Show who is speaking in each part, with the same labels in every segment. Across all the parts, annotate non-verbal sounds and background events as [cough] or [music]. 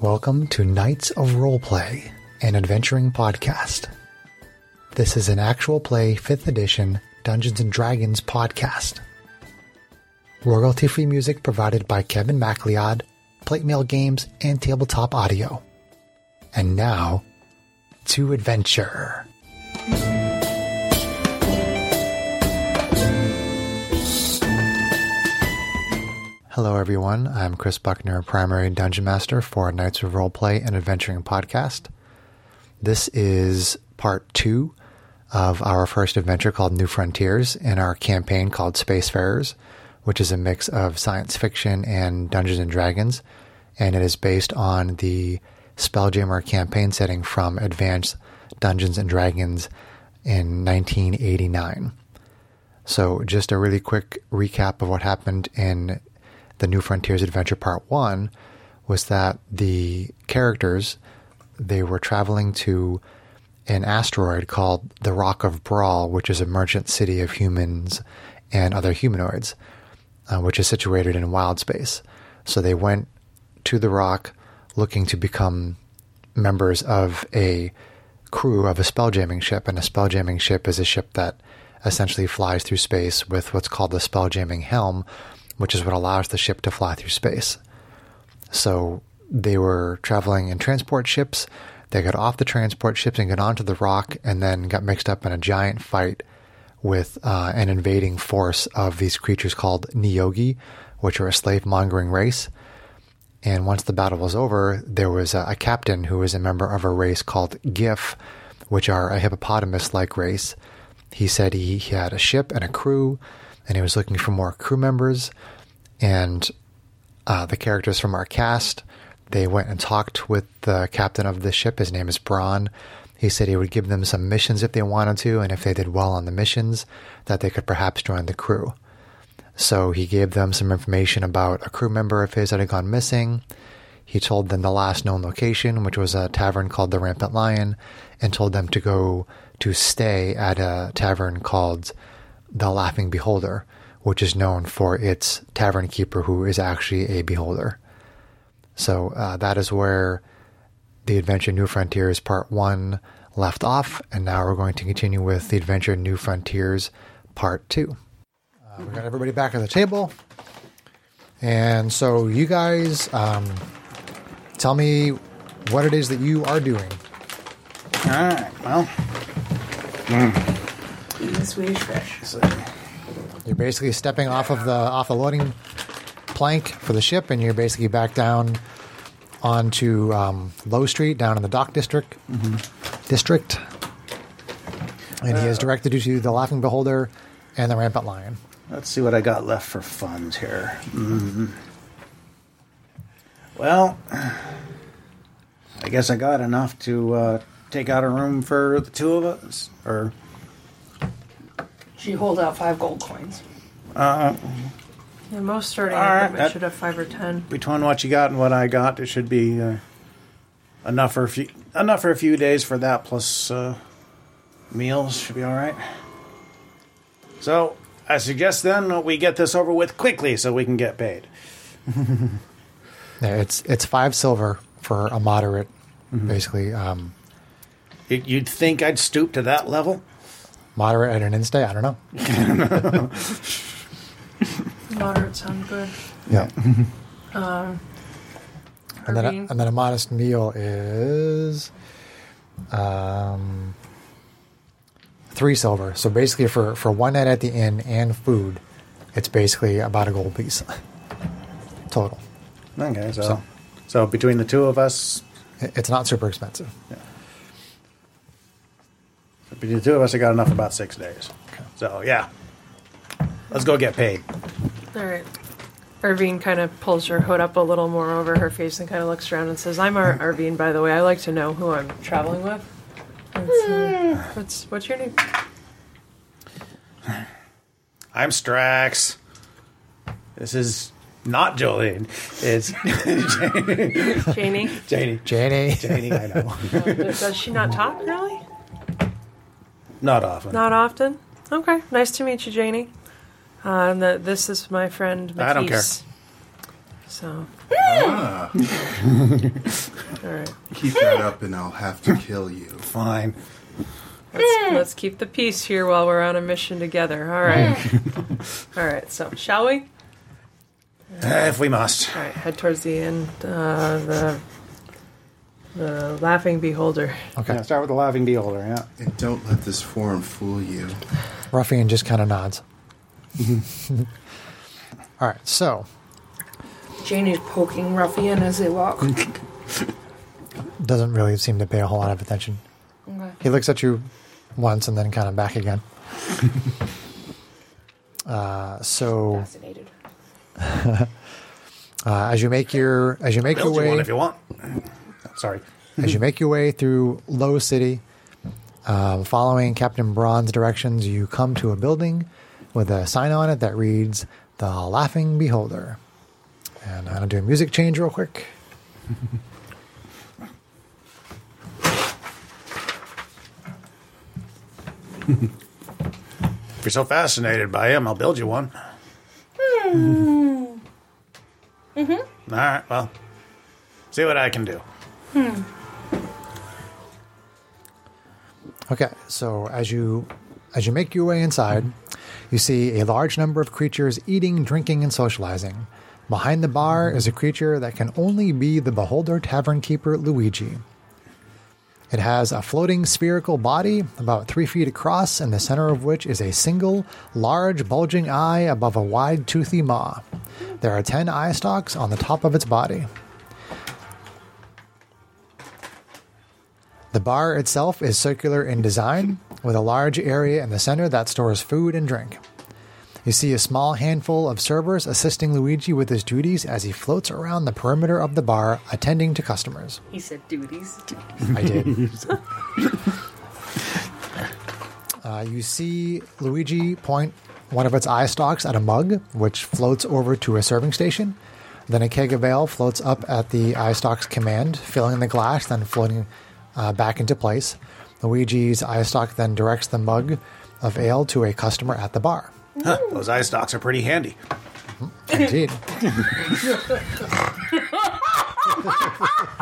Speaker 1: welcome to Knights of Roleplay, an adventuring podcast. This is an actual play 5th edition Dungeons and Dragons podcast. Royalty free music provided by Kevin MacLeod, Plate Mail Games, and Tabletop Audio. And now, to adventure. Hello, everyone. I'm Chris Buckner, primary dungeon master for Knights of Roleplay and Adventuring podcast. This is part two of our first adventure called New Frontiers in our campaign called Spacefarers, which is a mix of science fiction and Dungeons and Dragons. And it is based on the Spelljammer campaign setting from Advanced Dungeons and Dragons in 1989. So, just a really quick recap of what happened in the New Frontiers Adventure Part 1 was that the characters they were traveling to an asteroid called the Rock of Brawl, which is a merchant city of humans and other humanoids, uh, which is situated in wild space. So they went to the rock looking to become members of a crew of a spelljamming ship, and a spelljamming ship is a ship that essentially flies through space with what's called the spelljamming helm, which is what allows the ship to fly through space. So they were traveling in transport ships. They got off the transport ships and got onto the rock, and then got mixed up in a giant fight with uh, an invading force of these creatures called Niyogi, which are a slave mongering race. And once the battle was over, there was a, a captain who was a member of a race called Gif, which are a hippopotamus like race. He said he, he had a ship and a crew, and he was looking for more crew members. And uh, the characters from our cast, they went and talked with the captain of the ship. His name is Braun. He said he would give them some missions if they wanted to, and if they did well on the missions, that they could perhaps join the crew. So he gave them some information about a crew member of his that had gone missing. He told them the last known location, which was a tavern called the Rampant Lion, and told them to go to stay at a tavern called the Laughing Beholder, which is known for its tavern keeper, who is actually a beholder. So uh, that is where the Adventure New Frontiers Part 1 left off, and now we're going to continue with the Adventure New Frontiers Part 2. Uh, we got everybody back at the table. And so, you guys, um, tell me what it is that you are doing.
Speaker 2: All right. Well,
Speaker 3: This weird fresh.
Speaker 2: so
Speaker 1: You're basically stepping off of the off the loading plank for the ship, and you're basically back down onto um, Low Street, down in the dock district. District, and he has directed you to the Laughing Beholder and the Rampant Lion.
Speaker 2: let's see what I got left for funds here. Mm. Well, I guess I got enough to uh, take out a room for the two of us. Or
Speaker 3: She hold out five gold coins.
Speaker 4: Yeah, most starting
Speaker 2: Uh, All right,
Speaker 4: equipment
Speaker 2: that-
Speaker 4: should have five or ten.
Speaker 2: between what you got and what I got, it should be uh, enough for a few enough for a few days for that plus uh, meals should be all right. So I suggest then we get this over with quickly so we can get paid.
Speaker 1: Yeah, it's it's five silver for a moderate, basically um,
Speaker 2: You- You'd think I'd stoop to that level.
Speaker 1: moderate at an instay. I don't know.
Speaker 4: Moderate sound good.
Speaker 1: Yeah, and then a,
Speaker 4: Irving,
Speaker 1: and then a modest meal is um, three silver. So basically, for for one night at the inn and food, it's basically about a gold piece [laughs] total.
Speaker 2: Okay, so,
Speaker 1: So-
Speaker 2: so between the two of us,
Speaker 1: It- It's not super expensive.
Speaker 2: between the two of us, I got enough for about six days. So yeah, let's go get paid.
Speaker 4: all right. Irvine kind of pulls her hood up a little more over her face and kind of looks around and says, "I'm Ar- Irvine, by the way. I like to know who I'm traveling with. And so, what's what's
Speaker 2: [laughs]
Speaker 4: your name?
Speaker 2: I'm Strax. This is not Jolene. [laughs] It's
Speaker 4: Janie?
Speaker 2: Janie.
Speaker 1: Janie,
Speaker 2: Janie, I know.
Speaker 4: Does she not talk really?
Speaker 2: Not often.
Speaker 4: Not often. Okay. Nice to meet you, Janie. Uh, and the, this is my friend. Matisse.
Speaker 2: I don't care.
Speaker 4: So
Speaker 5: Ah,
Speaker 4: All right.
Speaker 5: keep that up and I'll have to kill you.
Speaker 2: Fine.
Speaker 4: Let's, let's keep the peace here while we're on a mission together. All right. [laughs] All right. So, shall we?
Speaker 2: Eh, if we must.
Speaker 4: All right. Head towards the end. Uh, the the laughing beholder.
Speaker 1: [laughs] Okay.
Speaker 2: Yeah, start with the laughing beholder, yeah.
Speaker 5: And don't let this form fool you.
Speaker 1: Ruffian just kind of nods. All right, so
Speaker 3: Janie's poking Ruffian as
Speaker 5: [laughs]
Speaker 3: they walk. okay.
Speaker 1: doesn't really seem to pay a whole lot of attention. He looks at you once and then kind of back again. uh,
Speaker 5: Oh.
Speaker 1: so
Speaker 3: Fascinated.
Speaker 1: uh, as you make your as you make your
Speaker 2: Build you
Speaker 1: way
Speaker 2: one if you want. Sorry.
Speaker 1: as you make your way through Low City, um, following Captain Braun's directions, you come to a building with a sign on it that reads "The Laughing Beholder." And I'm gonna do a music change real quick.
Speaker 2: If you're so fascinated by him, I'll build you one. Mm-hmm. right, well, see what I can do.
Speaker 1: Okay, so as you as you make your way inside, you see a large number of creatures eating, drinking, and socializing. Behind the bar is a creature that can only be the beholder tavern keeper Luigi. It has a floating spherical body about three feet across, in the center of which is a single, large, bulging eye above a wide, toothy maw. There are ten eye stalks on the top of its body. The bar itself is circular in design, with a large area in the center that stores food and drink. You see a small handful of servers assisting Luigi with his duties as he floats around the perimeter of the bar, attending to customers.
Speaker 3: He said duties. [laughs]
Speaker 1: I did. uh, you see Luigi point one of its eye stalks at a mug, which floats over to a serving station. Then a keg of ale floats up at the eye stalk's command, filling the glass, then floating uh, back into place. Luigi's eye stalk then directs the mug of ale to a customer at the
Speaker 4: [laughs]
Speaker 1: bar.
Speaker 2: Huh, those eye stalks are pretty handy.
Speaker 1: Indeed.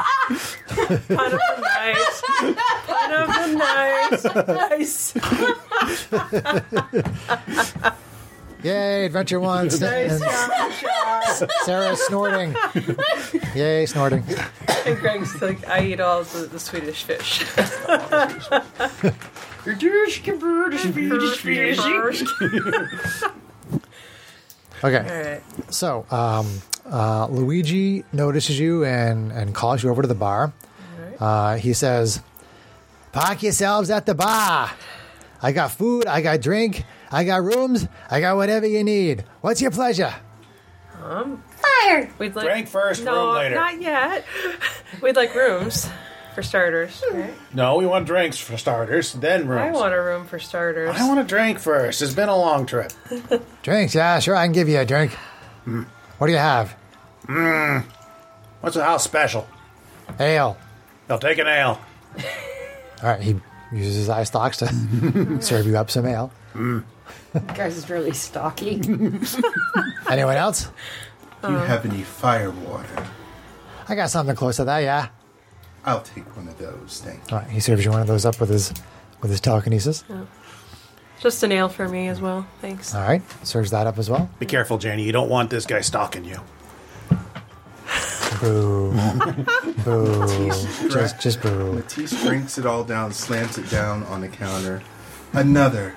Speaker 4: Pun of the night. Pun of the night.
Speaker 3: nice.
Speaker 1: Yay, Adventure One.
Speaker 4: Nice job, Josh.
Speaker 1: Sarah
Speaker 4: [laughs]
Speaker 1: snorting. Yay, snorting.
Speaker 4: And Greg's like, I eat all the, the
Speaker 2: [laughs]
Speaker 4: Swedish fish. All
Speaker 1: Okay.
Speaker 4: right.
Speaker 1: So, um, uh, Luigi notices you and, and calls you over to the bar. Uh, he says, Park yourselves at the bar. I got food, I got drink, I got rooms, I got whatever you need. What's your pleasure?
Speaker 3: Fire.
Speaker 4: We'd like
Speaker 2: Drink first,
Speaker 4: no,
Speaker 2: room later.
Speaker 4: not yet. We'd like rooms for starters.
Speaker 2: No, we want drinks for starters, then rooms.
Speaker 4: I want a room for starters.
Speaker 2: I want a drink first. It's been a long trip.
Speaker 1: Drinks, yeah, sure, I can give you a drink. What do you have?
Speaker 2: What's the house special?
Speaker 1: Ale.
Speaker 2: They'll take an ale.
Speaker 1: All right, he uses his eye stalks to [laughs] serve you up some ale.
Speaker 3: Guys is really stocky.
Speaker 5: [laughs]
Speaker 1: Anyone else?
Speaker 5: Do you have any fire water?
Speaker 1: I got something close to that, yeah.
Speaker 5: I'll take one of those, thank you.
Speaker 1: All right, he serves you one of those up with his with his telekinesis.
Speaker 4: Just a nail for me as well. Thanks.
Speaker 1: All right, serves that up as well.
Speaker 2: Be careful, Janie. You don't want this guy stalking you.
Speaker 1: Boo. boo. Just, just boo.
Speaker 5: Matisse drinks it all down, slams it down on the counter. Another.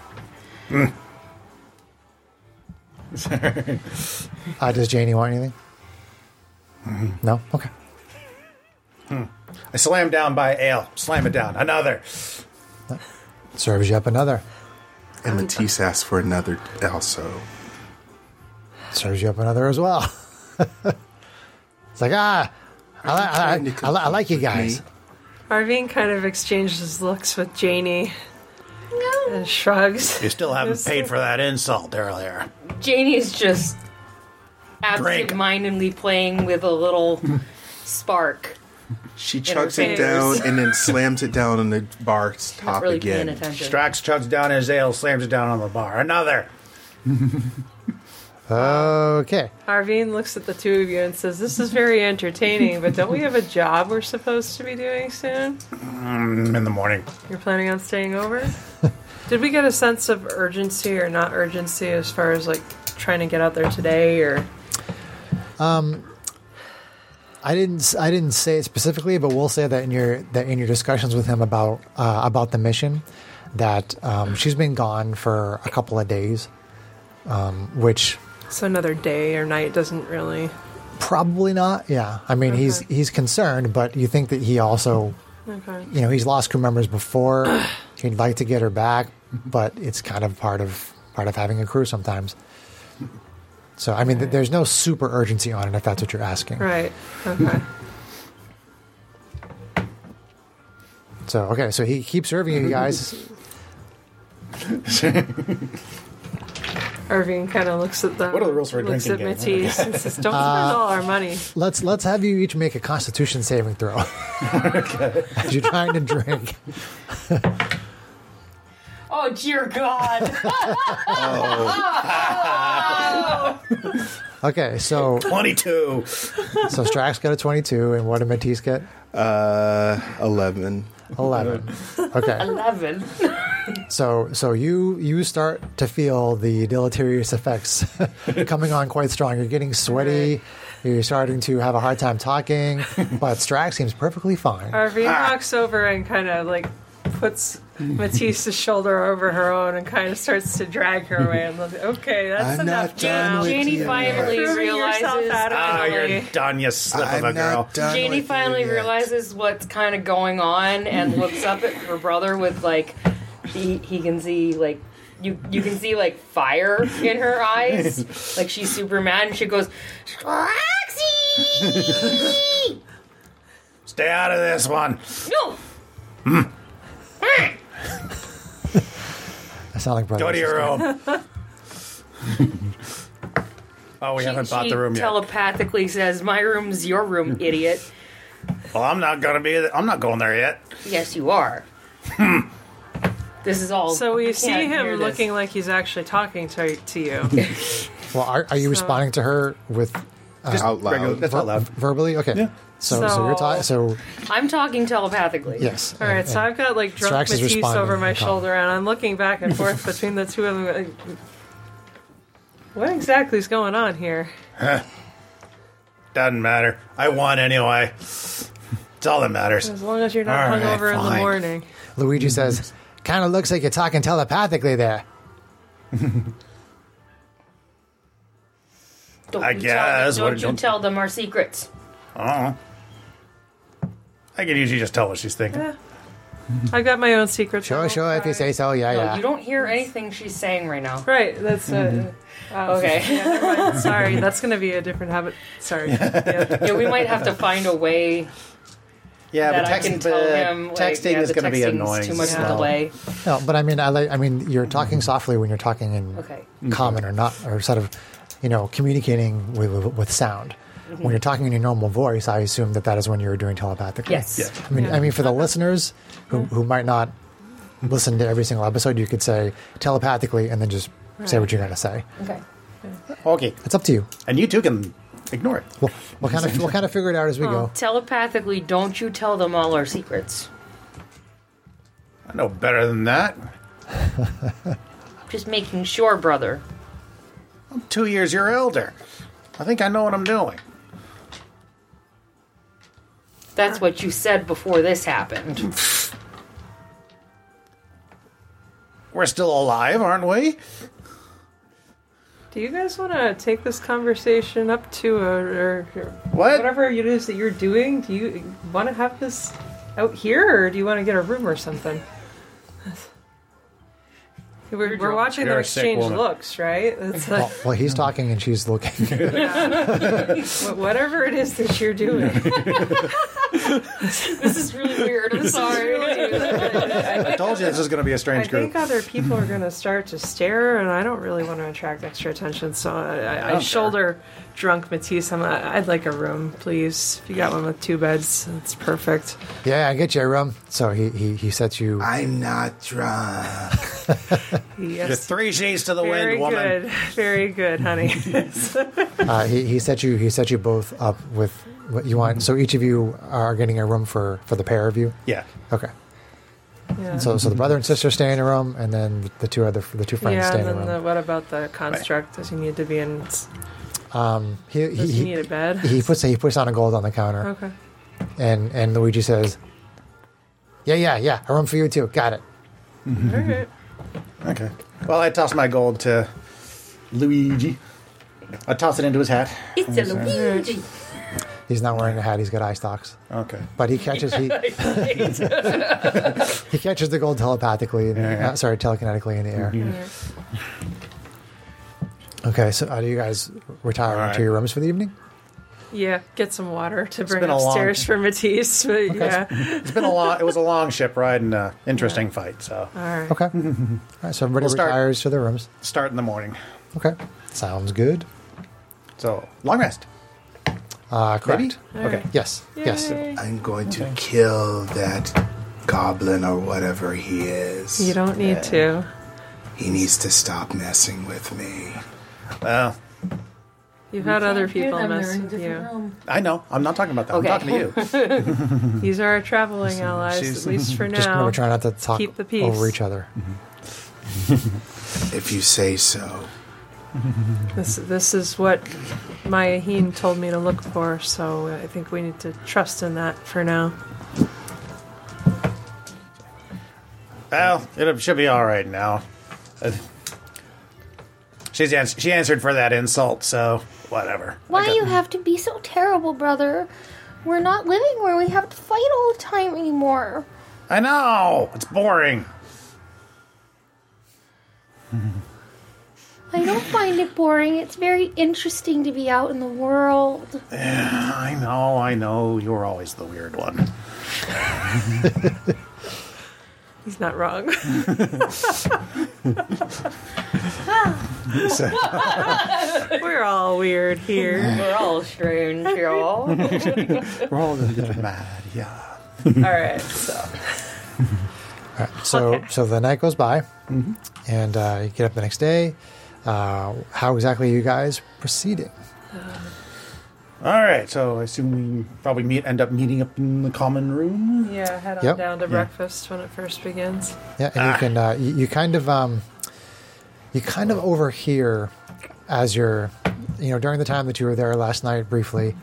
Speaker 1: Uh, does Janie want anything? No? Okay.
Speaker 2: I slam down by ale. Slam it down. Another.
Speaker 1: Serves you up another.
Speaker 5: And Matisse asks for another also.
Speaker 1: Serves you up another as well. [laughs] it's like, ah, I, li- I, li- I, li- I like you guys.
Speaker 4: Arvine kind of exchanges looks with Janie and shrugs.
Speaker 2: You still haven't paid for that insult earlier.
Speaker 3: Janie is just absent-mindedly playing with
Speaker 5: [laughs]
Speaker 3: a little spark.
Speaker 5: She
Speaker 3: In her
Speaker 5: chugs it
Speaker 3: fingers.
Speaker 5: down and then slams it down on the bar
Speaker 3: Not
Speaker 5: top
Speaker 3: really
Speaker 5: again.
Speaker 3: paying attention.
Speaker 2: Strax chugs down his ale, slams it down on the bar. Another.
Speaker 1: Okay.
Speaker 4: Arvine looks at the two of you and says, This is very entertaining, but don't we have a job we're supposed to be doing soon?
Speaker 2: Mm, in the morning.
Speaker 4: You're planning on staying over? Did we get a sense of urgency or not urgency as far as like trying to get out there today or
Speaker 1: I didn't. s- I didn't say it specifically, but we'll say that in your that in your discussions with him about uh, about the mission, that um, she's been gone for a couple of days, um, which
Speaker 4: so another day or night doesn't really
Speaker 1: probably not. Yeah, I mean he's
Speaker 4: Okay.
Speaker 1: he's concerned, but you think that he also
Speaker 4: Okay.
Speaker 1: you know he's lost crew members
Speaker 4: [sighs]
Speaker 1: before. He'd like to get her back, but it's kind of part of part of having a crew sometimes. So I mean, th- there's no super urgency on it if that's what you're asking.
Speaker 4: Right. Okay.
Speaker 1: So okay, so he keeps serving you
Speaker 4: [laughs]
Speaker 1: guys.
Speaker 4: Irving kind of looks at the
Speaker 2: What are the rules for a
Speaker 4: looks
Speaker 2: drinking
Speaker 4: at
Speaker 2: game?
Speaker 4: Matisse and
Speaker 2: [laughs]
Speaker 4: says, "Don't
Speaker 2: Uh,
Speaker 4: spend all our money."
Speaker 1: Let's let's have you each make a Constitution saving
Speaker 4: [laughs]
Speaker 1: throw. As you're trying to drink.
Speaker 3: Oh dear God!
Speaker 5: [laughs]
Speaker 1: Okay, so
Speaker 2: 22.
Speaker 1: so Strax got a 22, and what did Matisse
Speaker 4: [laughs]
Speaker 1: get?
Speaker 5: Uh, 11.
Speaker 1: 11. Okay,
Speaker 3: Eleven.
Speaker 1: so so you you start to feel the deleterious effects [laughs] coming on quite strong. You're getting sweaty. You're starting to have a hard time
Speaker 3: [laughs]
Speaker 1: talking, but Strax seems perfectly fine.
Speaker 4: Irving walks over and kind of like puts Matisse's shoulder over her own and kind of starts to drag her away. And looks, okay, that's
Speaker 5: I'm
Speaker 4: enough
Speaker 5: not done
Speaker 4: now.
Speaker 5: with
Speaker 4: Janie
Speaker 5: you. Yeah.
Speaker 3: Janie finally
Speaker 4: proving yourself
Speaker 3: realizes.
Speaker 4: out of
Speaker 2: Ah, you're
Speaker 4: Emily.
Speaker 2: done, you slip of a
Speaker 5: I'm
Speaker 2: girl.
Speaker 5: not done.
Speaker 3: Janie
Speaker 5: with you
Speaker 3: finally
Speaker 5: yet.
Speaker 3: realizes what's kind of going on and looks up at her brother with like he, he can see like you you can see like fire in her
Speaker 2: [laughs]
Speaker 3: eyes. like she's super mad and she goes, Roxy!
Speaker 2: Stay out of this one.
Speaker 3: No!
Speaker 1: I sound like brothers.
Speaker 2: Go to your room. [laughs] oh, we haven't bought the room yet.
Speaker 3: telepathically says, "My room's your room, idiot."
Speaker 2: Well, I'm not gonna be. I'm not going there yet.
Speaker 3: yes, you are.
Speaker 2: Hmm.
Speaker 3: this is all.
Speaker 4: So
Speaker 3: Oh, I
Speaker 4: you
Speaker 3: can't
Speaker 4: see
Speaker 3: hear
Speaker 4: him
Speaker 3: this.
Speaker 4: looking like he's actually talking to,
Speaker 1: [laughs]
Speaker 4: to you.
Speaker 1: Well, are, are you responding to her with
Speaker 2: Just
Speaker 5: Out loud.
Speaker 2: that's out loud.
Speaker 1: verbally? Okay.
Speaker 2: Yeah.
Speaker 1: So, so you're
Speaker 4: So-
Speaker 1: talking. So
Speaker 3: I'm talking telepathically.
Speaker 1: yes.
Speaker 4: All right, so I've got like drunk
Speaker 1: Strax is
Speaker 4: Matisse
Speaker 1: responding
Speaker 4: over
Speaker 1: in
Speaker 4: my
Speaker 1: the
Speaker 4: shoulder, and I'm looking back and
Speaker 1: [laughs]
Speaker 4: forth between the two of them. Like, what exactly is going on here?
Speaker 2: Doesn't matter. I won anyway. It's all that matters.
Speaker 4: As long as you're not
Speaker 2: All right,
Speaker 4: hungover in the
Speaker 2: fine.
Speaker 4: morning.
Speaker 1: Luigi says, "Kind of looks like you're talking telepathically there."
Speaker 3: Don't
Speaker 2: I
Speaker 3: you
Speaker 2: guess.
Speaker 3: Tell them,
Speaker 2: What-
Speaker 3: don't you
Speaker 2: don't-
Speaker 3: tell them our secrets.
Speaker 2: Oh. I can usually just tell what she's thinking.
Speaker 4: I've got my own secret.
Speaker 1: Sure, sure, if you say so. Yeah,
Speaker 3: Oh, No,
Speaker 1: yeah.
Speaker 3: you don't hear anything she's saying right now.
Speaker 4: Right, that's
Speaker 1: Mm-hmm.
Speaker 4: uh, uh,
Speaker 3: Oh, Okay.
Speaker 4: Sorry, that's going to be a different habit. Sorry. Yeah.
Speaker 3: [laughs] yeah, we might have to find a way
Speaker 2: Yeah,
Speaker 3: that I can tell him. Like, yeah, the
Speaker 2: gonna
Speaker 3: texting's Too much
Speaker 4: Yeah.
Speaker 3: delay.
Speaker 1: No, but I mean, I like. I mean, you're talking softly when you're talking in
Speaker 3: Okay.
Speaker 1: common or not, or sort of, you know, communicating with with, with sound.
Speaker 3: Mm-hmm.
Speaker 1: When you're talking in your normal voice, I assume that that is when you're doing telepathically.
Speaker 3: Yes. Yeah.
Speaker 1: I mean, I mean, for the listeners who who might not listen to every single episode, you could say telepathically and then just say what you're gonna say.
Speaker 3: Okay.
Speaker 2: Okay,
Speaker 1: It's up to you.
Speaker 2: and you two can ignore it.
Speaker 1: We'll, we'll kind of we'll kind of figure it out as we go.
Speaker 3: Telepathically, don't you tell them all our secrets.
Speaker 2: I know better than that.
Speaker 3: Just making sure, brother.
Speaker 2: I'm two years your elder. I think I know what I'm doing.
Speaker 3: That's what you said before this happened. [laughs]
Speaker 2: We're still alive, aren't
Speaker 3: [laughs]
Speaker 2: we?
Speaker 4: Do you guys want to take this conversation up to a, or, or
Speaker 2: What?
Speaker 4: whatever it is that you're doing? Do you want to have this out here, or do you want to get a room or something? We're, we're watching
Speaker 2: You're
Speaker 4: them
Speaker 2: a sick
Speaker 4: exchange
Speaker 2: woman.
Speaker 4: looks, right? It's like
Speaker 1: Well, well, he's talking and she's looking. [laughs]
Speaker 4: wh- whatever it is that you're doing.
Speaker 3: this is really weird. I'm sorry.
Speaker 2: I told you this is going to be a
Speaker 4: I
Speaker 2: strange
Speaker 4: think other people are going to start to stare, and I don't really want to attract extra attention. So I, I, I,
Speaker 2: don't
Speaker 4: shoulder drunk Matisse. I'm, I- I'd like a room, please. If you got one with two beds, that's perfect.
Speaker 3: Ah.
Speaker 1: yeah, I get you, room. So he, he he sets you.
Speaker 5: I'm not drunk.
Speaker 2: The
Speaker 4: Yes.
Speaker 2: three C's to the
Speaker 4: Very
Speaker 2: wind, woman.
Speaker 4: good. [laughs] Very good, honey.
Speaker 1: Uh, he, he set you he set you both up with what you want. So each of you are getting a room for for the pair of you.
Speaker 2: Yeah.
Speaker 1: Okay.
Speaker 4: Yeah.
Speaker 1: So so the brother and sister stay in a room, and then the two other the two friends
Speaker 4: yeah,
Speaker 1: stay
Speaker 4: and
Speaker 1: in a room.
Speaker 4: then the, what about the construct? Does he need to be in? Does
Speaker 1: he, he,
Speaker 4: he,
Speaker 1: he-
Speaker 4: need a bed?
Speaker 1: he puts he puts on a gold on the counter,
Speaker 4: okay.
Speaker 1: and and Luigi says, "Yeah, yeah, yeah, a room for you too. Got it."
Speaker 4: All
Speaker 1: Mm-hmm.
Speaker 4: right.
Speaker 2: Okay. Well, I toss my gold to Luigi. I toss it into his hat.
Speaker 3: [laughs] It's a Luigi.
Speaker 1: He's not wearing a hat. He's got eye stalks,
Speaker 2: Okay.
Speaker 1: but he catches he [laughs] he catches the gold telepathically. in-
Speaker 2: Yeah, yeah.
Speaker 1: uh, sorry, telekinetically in the air. Okay, so are you guys retiring
Speaker 2: Mm-hmm. All right.
Speaker 1: to your rooms for the evening?
Speaker 4: Yeah, get some water to bring
Speaker 2: been a long-
Speaker 4: upstairs for Matisse. But yeah,
Speaker 2: It's been a long. It was a long ship ride and an interesting fight. So
Speaker 4: all right.
Speaker 2: [laughs]
Speaker 1: Okay, all right. So everybody
Speaker 2: We'll start-
Speaker 1: retires to their rooms.
Speaker 2: start in the morning.
Speaker 1: Okay, sounds good.
Speaker 2: So long rest.
Speaker 1: Uh, correct.
Speaker 4: All
Speaker 2: Okay.
Speaker 4: right.
Speaker 1: Yes. Yes.
Speaker 4: Yay.
Speaker 5: I'm going to kill that goblin or whatever he is.
Speaker 4: You don't need to.
Speaker 5: He needs to stop messing with me.
Speaker 2: Well,
Speaker 4: You've had other
Speaker 3: Can't hear
Speaker 4: people
Speaker 3: them, they're
Speaker 4: mess
Speaker 3: in a
Speaker 4: with you.
Speaker 3: different room.
Speaker 2: I know. I'm not talking about that.
Speaker 3: Okay.
Speaker 2: I'm talking to
Speaker 4: [laughs]
Speaker 2: you.
Speaker 4: These are our traveling allies,
Speaker 2: she's-
Speaker 4: at least
Speaker 1: [laughs]
Speaker 4: for
Speaker 1: Just
Speaker 4: now.
Speaker 1: remember, try not to talk
Speaker 4: Keep the peace. Mm-hmm.
Speaker 1: over each other.
Speaker 5: If you say so.
Speaker 4: This, this is what Mayaheen told me to look for, so I think we need to trust in that for now.
Speaker 2: Well, it should be all right now. Uh, She's ans- she answered for that insult, so whatever.
Speaker 6: Why
Speaker 2: Okay.
Speaker 6: you have to be so terrible, brother? We're not living where we have to fight all the time anymore.
Speaker 2: I know it's boring.
Speaker 6: I
Speaker 1: [sighs]
Speaker 6: don't find it boring. It's very interesting to be out in the world.
Speaker 2: I know, I know. You're always the weird one. [laughs]
Speaker 4: He's not wrong. [laughs] We're all weird
Speaker 1: [laughs]
Speaker 4: here.
Speaker 3: We're all strange, y'all. [laughs] all
Speaker 2: We're all gonna get mad, yeah.
Speaker 3: right, so
Speaker 1: So so the night goes by, and uh, you get up the next day. Uh, how exactly are you guys proceeding?
Speaker 2: All right, so I assume we probably meet, end up meeting up in the common room.
Speaker 4: Yeah, head on
Speaker 1: Yep.
Speaker 4: down to breakfast when it first begins.
Speaker 1: Yeah, and you can uh, you, you kind of um, you kind of overhear as you're you know during the time that you were there last night briefly,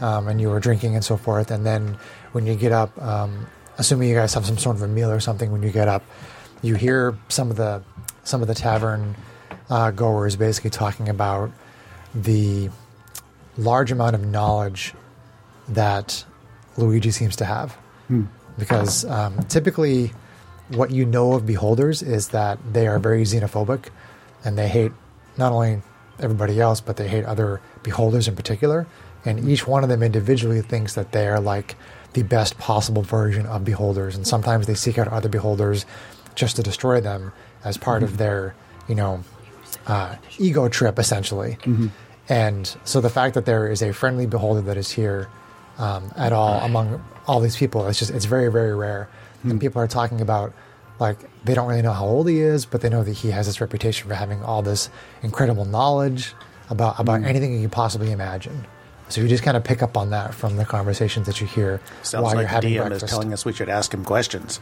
Speaker 1: um, and you were drinking and so forth, and then when you get up, um, assuming you guys have some sort of a meal or something when you get up, you hear some of the some of the tavern uh, goers basically talking about the large amount of knowledge that Luigi seems to have. Because um, typically, what you know of beholders is that they are very xenophobic and they hate not only everybody else, but they hate other beholders in particular. And each one of them individually thinks that they are like the best possible version of beholders. And sometimes they seek out other beholders just to destroy them as part of their, you know, uh, ego trip essentially.
Speaker 2: Mm-hmm.
Speaker 1: And so the fact that there is a friendly beholder that is here um, at all among all these people, it's just it's very very rare.
Speaker 2: Hmm.
Speaker 1: And people are talking about like they don't really know how old he is, but they know that he has this reputation for having all this incredible knowledge about
Speaker 2: Hmm.
Speaker 1: about anything you could possibly imagine. So you just kind of pick up on that from the conversations that you hear
Speaker 2: Sounds
Speaker 1: while
Speaker 2: like
Speaker 1: you're
Speaker 2: the
Speaker 1: having
Speaker 2: DM is
Speaker 1: breakfast.
Speaker 2: telling us we should ask him questions.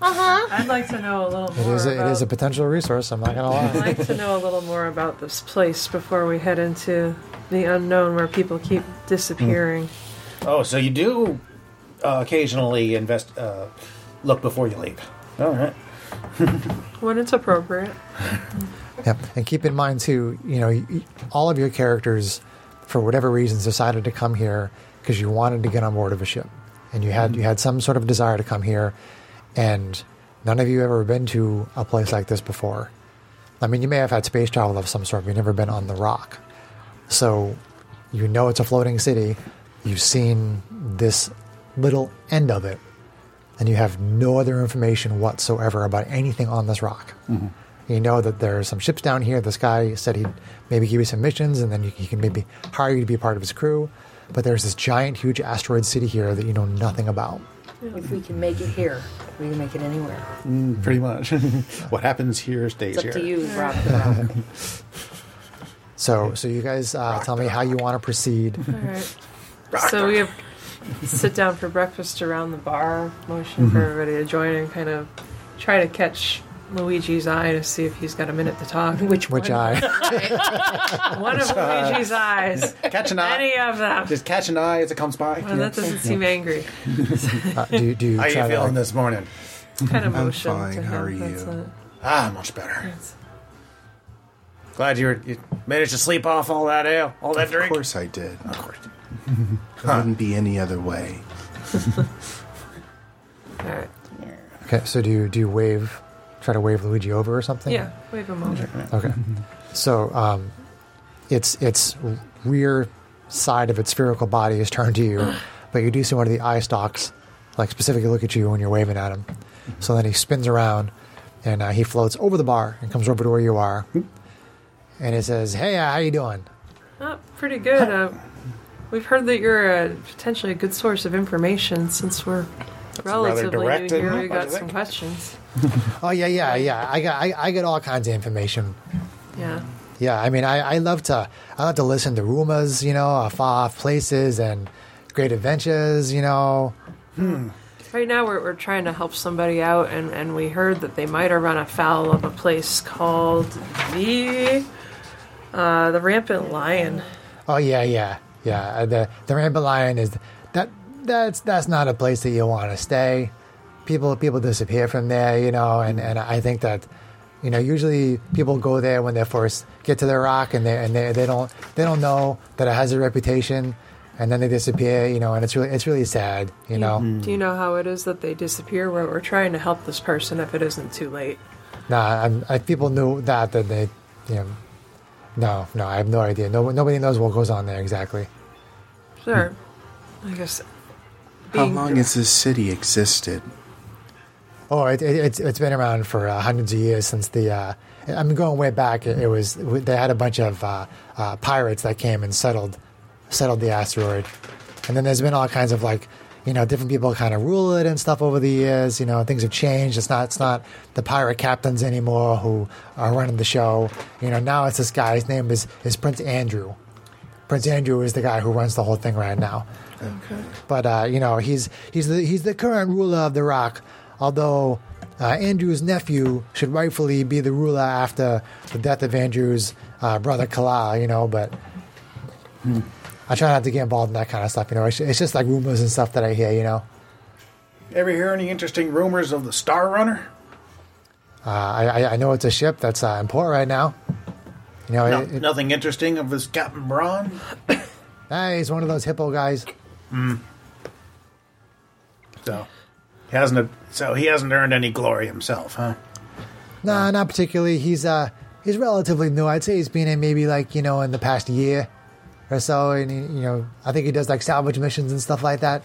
Speaker 4: I'd like to know a little
Speaker 1: it
Speaker 4: more.
Speaker 1: is a,
Speaker 4: about,
Speaker 1: it is a potential resource. I'm not gonna lie.
Speaker 2: [laughs]
Speaker 4: I'd like to know a little more about this place before we head into the unknown where people keep disappearing.
Speaker 2: Oh, so you do uh, occasionally invest, uh, look before you leave. All right.
Speaker 1: Mm.
Speaker 4: When it's appropriate.
Speaker 1: Yep. And keep in mind too, you know, y- y- all of your characters, for whatever reasons, decided to come here because you wanted to get on board of a ship, and you had you had some sort of desire to come here, and none of you have ever been to a place like this before. I mean, you may have had space travel of some sort, but you've never been on the rock, so you know it's a floating city. You've seen this little end of it, and you have no other information whatsoever about anything on this rock.
Speaker 2: Mm-hmm.
Speaker 1: You know that there are some ships down here. This guy said he'd maybe give you some missions, and then you, he can maybe hire you to be part of his crew. But there's this giant, huge asteroid city here that you know nothing about.
Speaker 3: If we can make it here, we can make it anywhere.
Speaker 2: Pretty much. [laughs] what happens here stays
Speaker 3: It's
Speaker 2: here.
Speaker 3: up to you, Rock the Rock.
Speaker 1: So, so you guys uh, tell me how you want to proceed.
Speaker 4: All [laughs] right. So we have sit down for breakfast around the bar, motion
Speaker 5: Mm-hmm.
Speaker 4: for everybody to join and kind of try to catch Luigi's eye to see if he's got a minute to talk.
Speaker 3: Which
Speaker 1: Which I
Speaker 4: One
Speaker 5: [laughs]
Speaker 4: of Luigi's eyes.
Speaker 2: Catch
Speaker 3: [laughs]
Speaker 2: an eye.
Speaker 4: Any of them.
Speaker 2: Just catch an eye as it comes by.
Speaker 4: Well, that doesn't seem angry.
Speaker 1: uh, do. Do
Speaker 2: How
Speaker 1: try
Speaker 2: you
Speaker 1: to,
Speaker 2: feeling
Speaker 1: like-
Speaker 2: this morning?
Speaker 4: Kind of motion.
Speaker 5: Mm-hmm. fine,
Speaker 4: to
Speaker 5: how
Speaker 4: him,
Speaker 5: are
Speaker 4: that's
Speaker 5: you?
Speaker 4: it.
Speaker 2: Ah, much better.
Speaker 4: It's-
Speaker 2: Glad you, were, you managed to sleep off all that ale, all that
Speaker 5: Of
Speaker 2: drink.
Speaker 5: course I did.
Speaker 2: Of course.
Speaker 5: [laughs] It wouldn't be any other way.
Speaker 4: All right.
Speaker 1: Okay, so do you do you wave, try to wave Luigi over or something?
Speaker 4: Yeah, wave him over.
Speaker 1: Okay. So um, its its rear side of its spherical body is turned to you, but you do see one of the eye stalks, like specifically look at you when you're waving at him. So then he spins around, and uh, he floats over the bar and comes over to where you are, and it says, "Hey, uh, how you doing?"
Speaker 4: Oh, pretty good. Uh, we've heard that you're a, potentially a good source of information since we're relatively new
Speaker 2: direct, isn't
Speaker 4: here.
Speaker 2: it?
Speaker 4: We
Speaker 2: What do
Speaker 4: got
Speaker 2: you
Speaker 4: some
Speaker 2: think?
Speaker 4: questions.
Speaker 1: Oh yeah, yeah, yeah. I got I, I get all kinds of information.
Speaker 4: Yeah.
Speaker 1: Yeah, I mean, I, I love to I love to listen to rumors, you know, of far off places and great adventures, you know.
Speaker 4: Right now, we're, we're trying to help somebody out, and, and we heard that they might have run afoul of a place called the uh, the Rampant Lion.
Speaker 1: Oh yeah, yeah, yeah. Uh, The the Rampant Lion is that that's that's not a place that you want to stay. People people disappear from there, you know, and, and I think that you know usually people go there when they first get to the rock and they and they, they don't they don't know that it has a reputation, and then they disappear, you know, and it's really it's really sad, you know.
Speaker 4: Do you know how it is that they disappear? We're, we're trying to help this person if it isn't too late.
Speaker 1: Nah, I'm, I, people knew that that they, you know, no, no, I have no idea. No, nobody knows what goes on there exactly.
Speaker 4: Sure.
Speaker 1: Hmm.
Speaker 4: I guess.
Speaker 5: How
Speaker 4: being-
Speaker 5: long has this city existed?
Speaker 1: Oh, it, it, it's it's been around for uh, hundreds of years since the. Uh, I'm going way back. It, it was they had a bunch of uh, uh, pirates that came and settled settled the asteroid, and then there's been all kinds of like you know different people kind of rule it and stuff over the years. You know things have changed. It's not it's not the pirate captains anymore who are running the show. You know now it's this guy. His name is is Prince Andrew. Prince Andrew is the guy who runs the whole thing right now but uh, you know he's he's the he's the current ruler of the Rock. Although uh, Andrew's nephew should rightfully be the ruler after the death of Andrew's uh, brother Kalal, you know. But I try not to get involved in that kind of stuff, you know. It's, it's just like rumors and stuff that I hear, you know.
Speaker 2: Ever hear any interesting rumors of the Star Runner?
Speaker 1: Uh, I, I I know it's a ship that's uh, in port right now. You know,
Speaker 2: No,
Speaker 1: it, it,
Speaker 2: nothing interesting of his Captain Braun?
Speaker 1: hey, he's one of those hippo guys.
Speaker 2: So he hasn't so he hasn't earned any glory himself, huh?
Speaker 1: No, not particularly. He's uh he's relatively new. I'd say he's been in maybe like you know in the past year or so, and he, you know I think he does like salvage missions and stuff like that.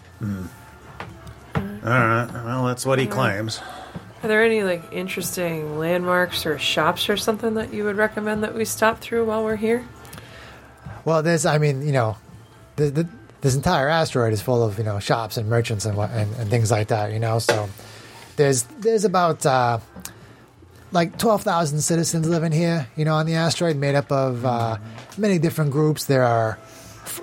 Speaker 2: All right. Well, that's what he claims.
Speaker 4: Are there any like interesting landmarks or shops or something that you would recommend that we stop through while we're here?
Speaker 1: Well, this I mean you know, the, the, this entire asteroid is full of you know shops and merchants and what and, and things like that. You know, so there's there's about uh, like twelve thousand citizens living here. You know, on the asteroid, made up of uh, many different groups. There are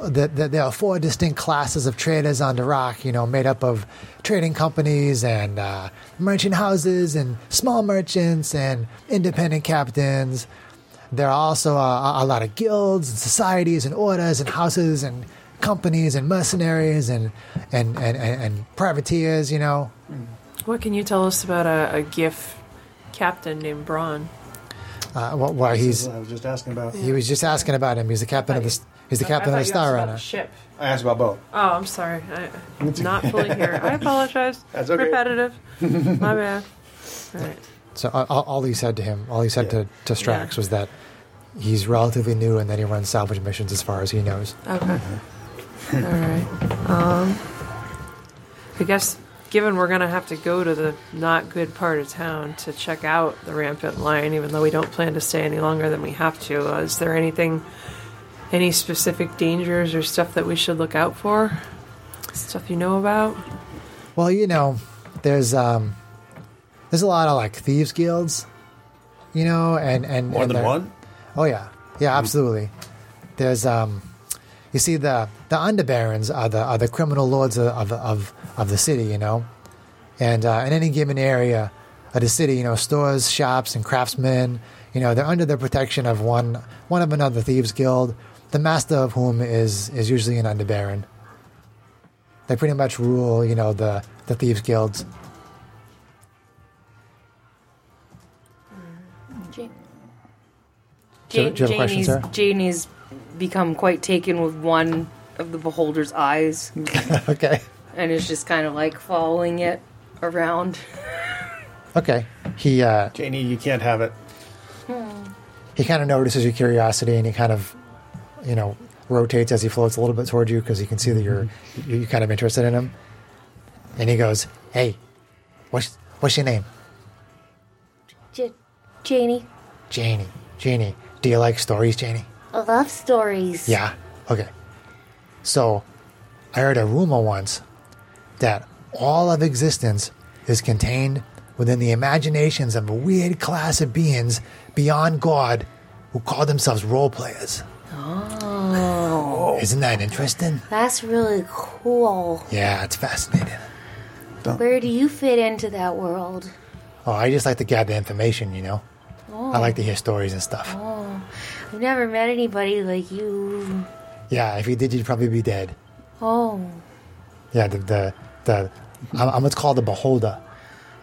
Speaker 1: that that there are four distinct classes of traders on the rock, you know, made up of trading companies and uh, merchant houses and small merchants and independent captains. There are also uh, a, a lot of guilds and societies and orders and houses and companies and mercenaries and and and, and, and privateers, you know.
Speaker 4: What can you tell us about a, a GIF captain named Braun?
Speaker 1: Uh, well, well,
Speaker 2: That's
Speaker 1: he's
Speaker 2: what I was just asking about.
Speaker 1: he was just asking about him. He's the captain of the he's the
Speaker 4: I
Speaker 1: captain of the
Speaker 4: thought you
Speaker 1: Star
Speaker 4: asked about
Speaker 1: Runner.
Speaker 4: the ship.
Speaker 2: I asked about both.
Speaker 4: Oh, I'm sorry. I, I'm not fully here.
Speaker 2: [laughs]
Speaker 4: I apologize.
Speaker 2: That's okay.
Speaker 4: Repetitive. My bad. All right.
Speaker 1: So uh, all, all he said to him, all he said to, to Strax
Speaker 4: Yeah.
Speaker 1: was that he's relatively new and that he runs salvage missions as far as he knows.
Speaker 4: Okay. All right. Um, I guess given we're gonna have to go to the not good part of town to check out the rampant lion, even though we don't plan to stay any longer than we have to, uh, is there anything, any specific dangers or stuff that we should look out for? Stuff you know about?
Speaker 1: Well, you know, there's um, there's a lot of like thieves guilds, you know, and and
Speaker 2: More
Speaker 1: and
Speaker 2: than
Speaker 1: they're-
Speaker 2: one?
Speaker 1: Oh yeah, yeah, absolutely. There's um, you see the the underbarons are the are the criminal lords of of of, of the city, you know, and uh, in any given area of the city, you know, stores, shops, and craftsmen, you know, they're under the protection of one one of another thieves guild, the master of whom is is usually an underbaron. They pretty much rule, you know, the the thieves guilds.
Speaker 3: Jane,
Speaker 1: Do you- do you have a question,
Speaker 3: Janie's,
Speaker 1: Sarah?
Speaker 3: Janie's become quite taken with one of the beholder's eyes
Speaker 1: Hmm. Okay,
Speaker 3: and is just kind of like following it around.
Speaker 1: okay. He uh,
Speaker 2: Janie, you can't have it.
Speaker 1: he kind of notices your curiosity and he kind of you know rotates as he floats a little bit toward you because he can see that you're you- you're kind of interested in him and he goes hey what's what's your name
Speaker 6: J- Janie,
Speaker 1: janie janie do you like stories janie
Speaker 6: I love stories.
Speaker 1: yeah okay so i heard a rumor once that all of existence is contained within the imaginations of a weird class of beings beyond god who call themselves role players
Speaker 6: Oh,
Speaker 1: isn't that interesting
Speaker 6: that's really cool.
Speaker 1: Yeah, it's fascinating.
Speaker 6: Where do you fit into that world?
Speaker 1: Oh, I just like to gather information, you know? I like to hear stories and stuff.
Speaker 6: I've never met anybody like you.
Speaker 1: Yeah, if you did, you'd probably be dead.
Speaker 6: Oh,
Speaker 1: Yeah, the, the, the I'm, I'm what's called a beholder.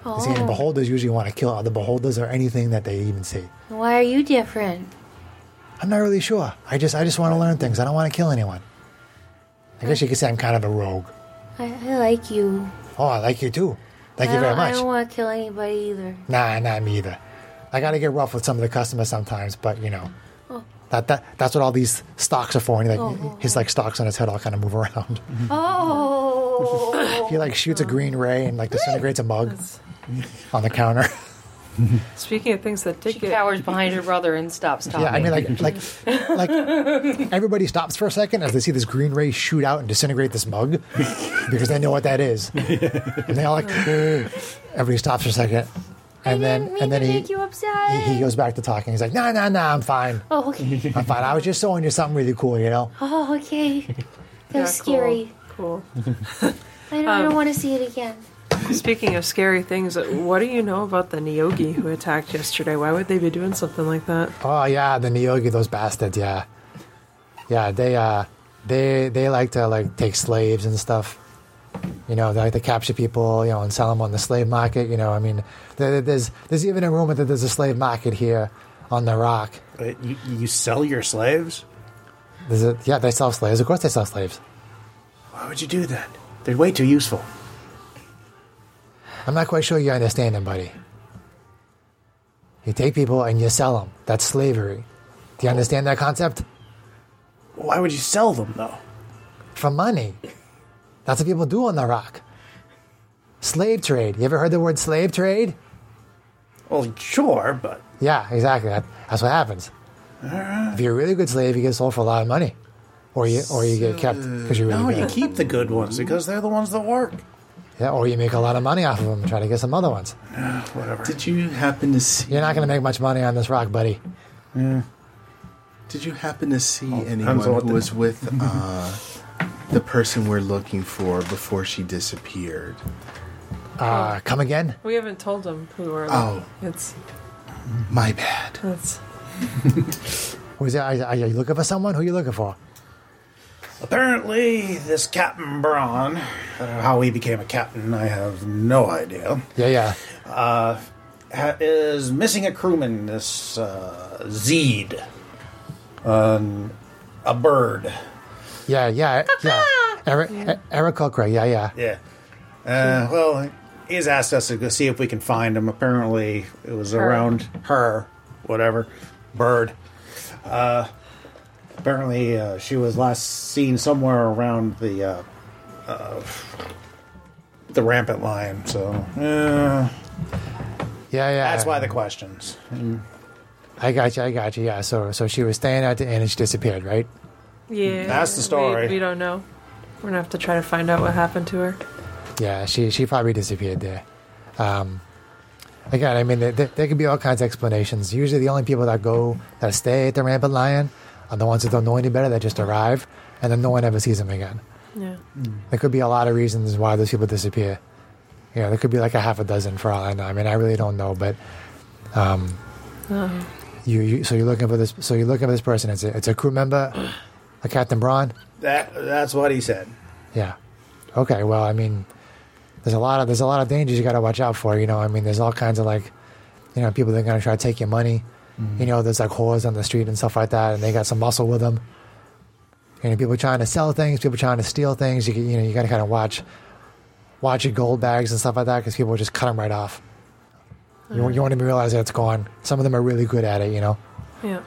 Speaker 1: You See, and
Speaker 6: oh.
Speaker 1: beholders usually want to kill other beholders or anything that they even see.
Speaker 6: Why are you different?
Speaker 1: I'm not really sure. I just, I just want to learn things. I don't want to kill anyone. I guess you could say I'm kind of a rogue.
Speaker 6: I, I like you.
Speaker 1: Oh, I like you too. Thank
Speaker 6: I
Speaker 1: you very
Speaker 6: don't- I
Speaker 1: much.
Speaker 6: don't want to kill anybody either.
Speaker 1: Nah, not me either. I gotta get rough with some of the customers sometimes, but you know,
Speaker 6: Oh.
Speaker 1: that, that that's what all these stocks are for. And like
Speaker 6: Oh.
Speaker 1: his like stocks on his head all kind of move around. [laughs]
Speaker 6: Oh,
Speaker 1: he like shoots a green ray and like disintegrates a mug on the counter.
Speaker 4: Speaking of things that did
Speaker 3: She
Speaker 4: get
Speaker 3: cowers behind her brother and stops talking.
Speaker 1: yeah, I mean like like like everybody stops for a second as they see this green ray shoot out and disintegrate this mug because they know what that is, and they all like everybody stops for a second, [laughs] and then
Speaker 6: didn't mean
Speaker 1: and then
Speaker 6: to
Speaker 1: he.
Speaker 6: make you upset.
Speaker 1: he- He goes back to talking. He's like, "No, no, no, I'm fine.
Speaker 2: [laughs]
Speaker 6: oh, okay.
Speaker 1: I'm fine. I was just showing you something really cool, you know?
Speaker 6: Oh, okay. That was
Speaker 4: yeah,
Speaker 6: scary.
Speaker 4: Cool.
Speaker 6: I don't, want to see it again.
Speaker 4: cool. Speaking of scary things, what do you know about the Nyogi who attacked yesterday? Why would they be doing something like that?
Speaker 1: Oh yeah, the Nyogi, those bastards, yeah. Yeah, they uh they they like to like take slaves and stuff. You know, they like to capture people, you know, and sell them on the slave market, you know. I mean, there, there- there's there's even a rumor that there's a slave market here on the rock.
Speaker 2: Wait, Uh, you, you sell your slaves?
Speaker 1: There's a, yeah, they sell slaves. Of course they sell slaves.
Speaker 2: Why would you do that? They're way too useful.
Speaker 1: I'm not quite sure you understand them, buddy. You take people and you sell them. That's slavery. Do you understand that concept?
Speaker 2: Why would you sell them, though?
Speaker 1: for money. That's what people do on the rock. Slave trade. You ever heard the word slave trade?
Speaker 2: Well, sure, but
Speaker 1: Yeah, exactly. That, that's what happens. If you're a really good slave, you get sold for a lot of money, or you or you get kept because you're really
Speaker 2: no, you
Speaker 1: good.
Speaker 2: keep the good ones because they're the ones that work.
Speaker 1: Yeah, or you make a lot of money off of them and try to get some other ones.
Speaker 2: Whatever.
Speaker 5: Did you happen to see?
Speaker 1: You're not going to make much money on this rock, buddy.
Speaker 5: Did you happen to see anyone
Speaker 2: hands on
Speaker 5: who
Speaker 2: the-
Speaker 5: was
Speaker 2: [laughs]
Speaker 5: with uh, the person we're looking for before she disappeared?
Speaker 1: Uh, come again?
Speaker 4: We haven't told them who we're.
Speaker 5: Oh.
Speaker 4: It's
Speaker 5: My bad.
Speaker 4: that's
Speaker 1: Who's that? Are, are you looking for someone? Who are you looking for?
Speaker 2: Apparently, this Captain Braun, I don't know how he became a captain, I have no idea,
Speaker 1: Yeah, yeah.
Speaker 2: ha- is missing a crewman, this uh, Zed. Um, a bird.
Speaker 1: Yeah, yeah, yeah. Eric, E, Eric Okra, yeah, yeah.
Speaker 2: Yeah. Uh, well, he's asked us to go see if we can find him. Apparently, it was around her, whatever, bird. Uh, apparently, uh, she was last seen somewhere around the uh, uh, the rampant line. So uh,
Speaker 1: Yeah, yeah.
Speaker 2: that's why the questions.
Speaker 1: I got you, I got you, yeah. So so she was staying at the inn and she disappeared, right?
Speaker 4: yeah.
Speaker 2: That's the story.
Speaker 4: We, we don't know. We're gonna have to try to find out what happened to her.
Speaker 1: Yeah, she she probably disappeared there. Um, again, I mean, there, there there could be all kinds of explanations. Usually, the only people that go that stay at the Rampant Lion are the ones that don't know any better that just arrive, and then no one ever sees them again.
Speaker 4: Yeah.
Speaker 1: There could be a lot of reasons why those people disappear. You know, there could be like a half a dozen for all I know. I mean, I really don't know, but um,
Speaker 4: Uh,
Speaker 1: you, you so you're looking for this so you're looking for this person. It's a, it's a crew member, a Captain Braun.
Speaker 2: That that's what he said.
Speaker 1: Yeah. Okay. Well, I mean, there's a lot of there's a lot of dangers you got to watch out for. You know, I mean, there's all kinds of like, you know, people that are gonna try to take your money. You know, there's like whores on the street and stuff like that, and they got some muscle with them. You know, people trying to sell things, people trying to steal things. You can- you know, you got to kind of watch, watch your gold bags and stuff like that because people just cut them right off. You, you want to realize that it's gone. Some of them are really good at it. You know.
Speaker 4: yeah.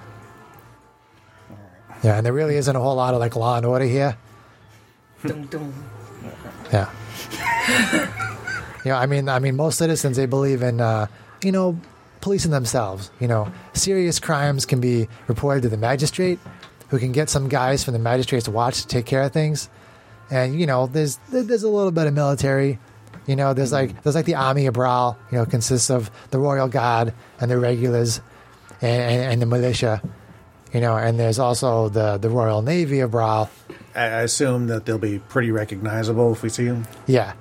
Speaker 1: Yeah, and there really isn't a whole lot of like law and order here.
Speaker 3: Dum dum.
Speaker 1: Yeah. yeah, I mean, I mean, most citizens they believe in, uh, you know, policing themselves. You know, serious crimes can be reported to the magistrate, who can get some guys from the magistrate's watch to take care of things. And you know, there's there- there's a little bit of military. You know, there's like there's like the army of Brawl. You know, consists of the royal guard and the regulars, and, and, and the militia. You know, and there's also the the royal navy of Brawl.
Speaker 2: I I assume that they'll be pretty recognizable if we see him.
Speaker 1: Yeah,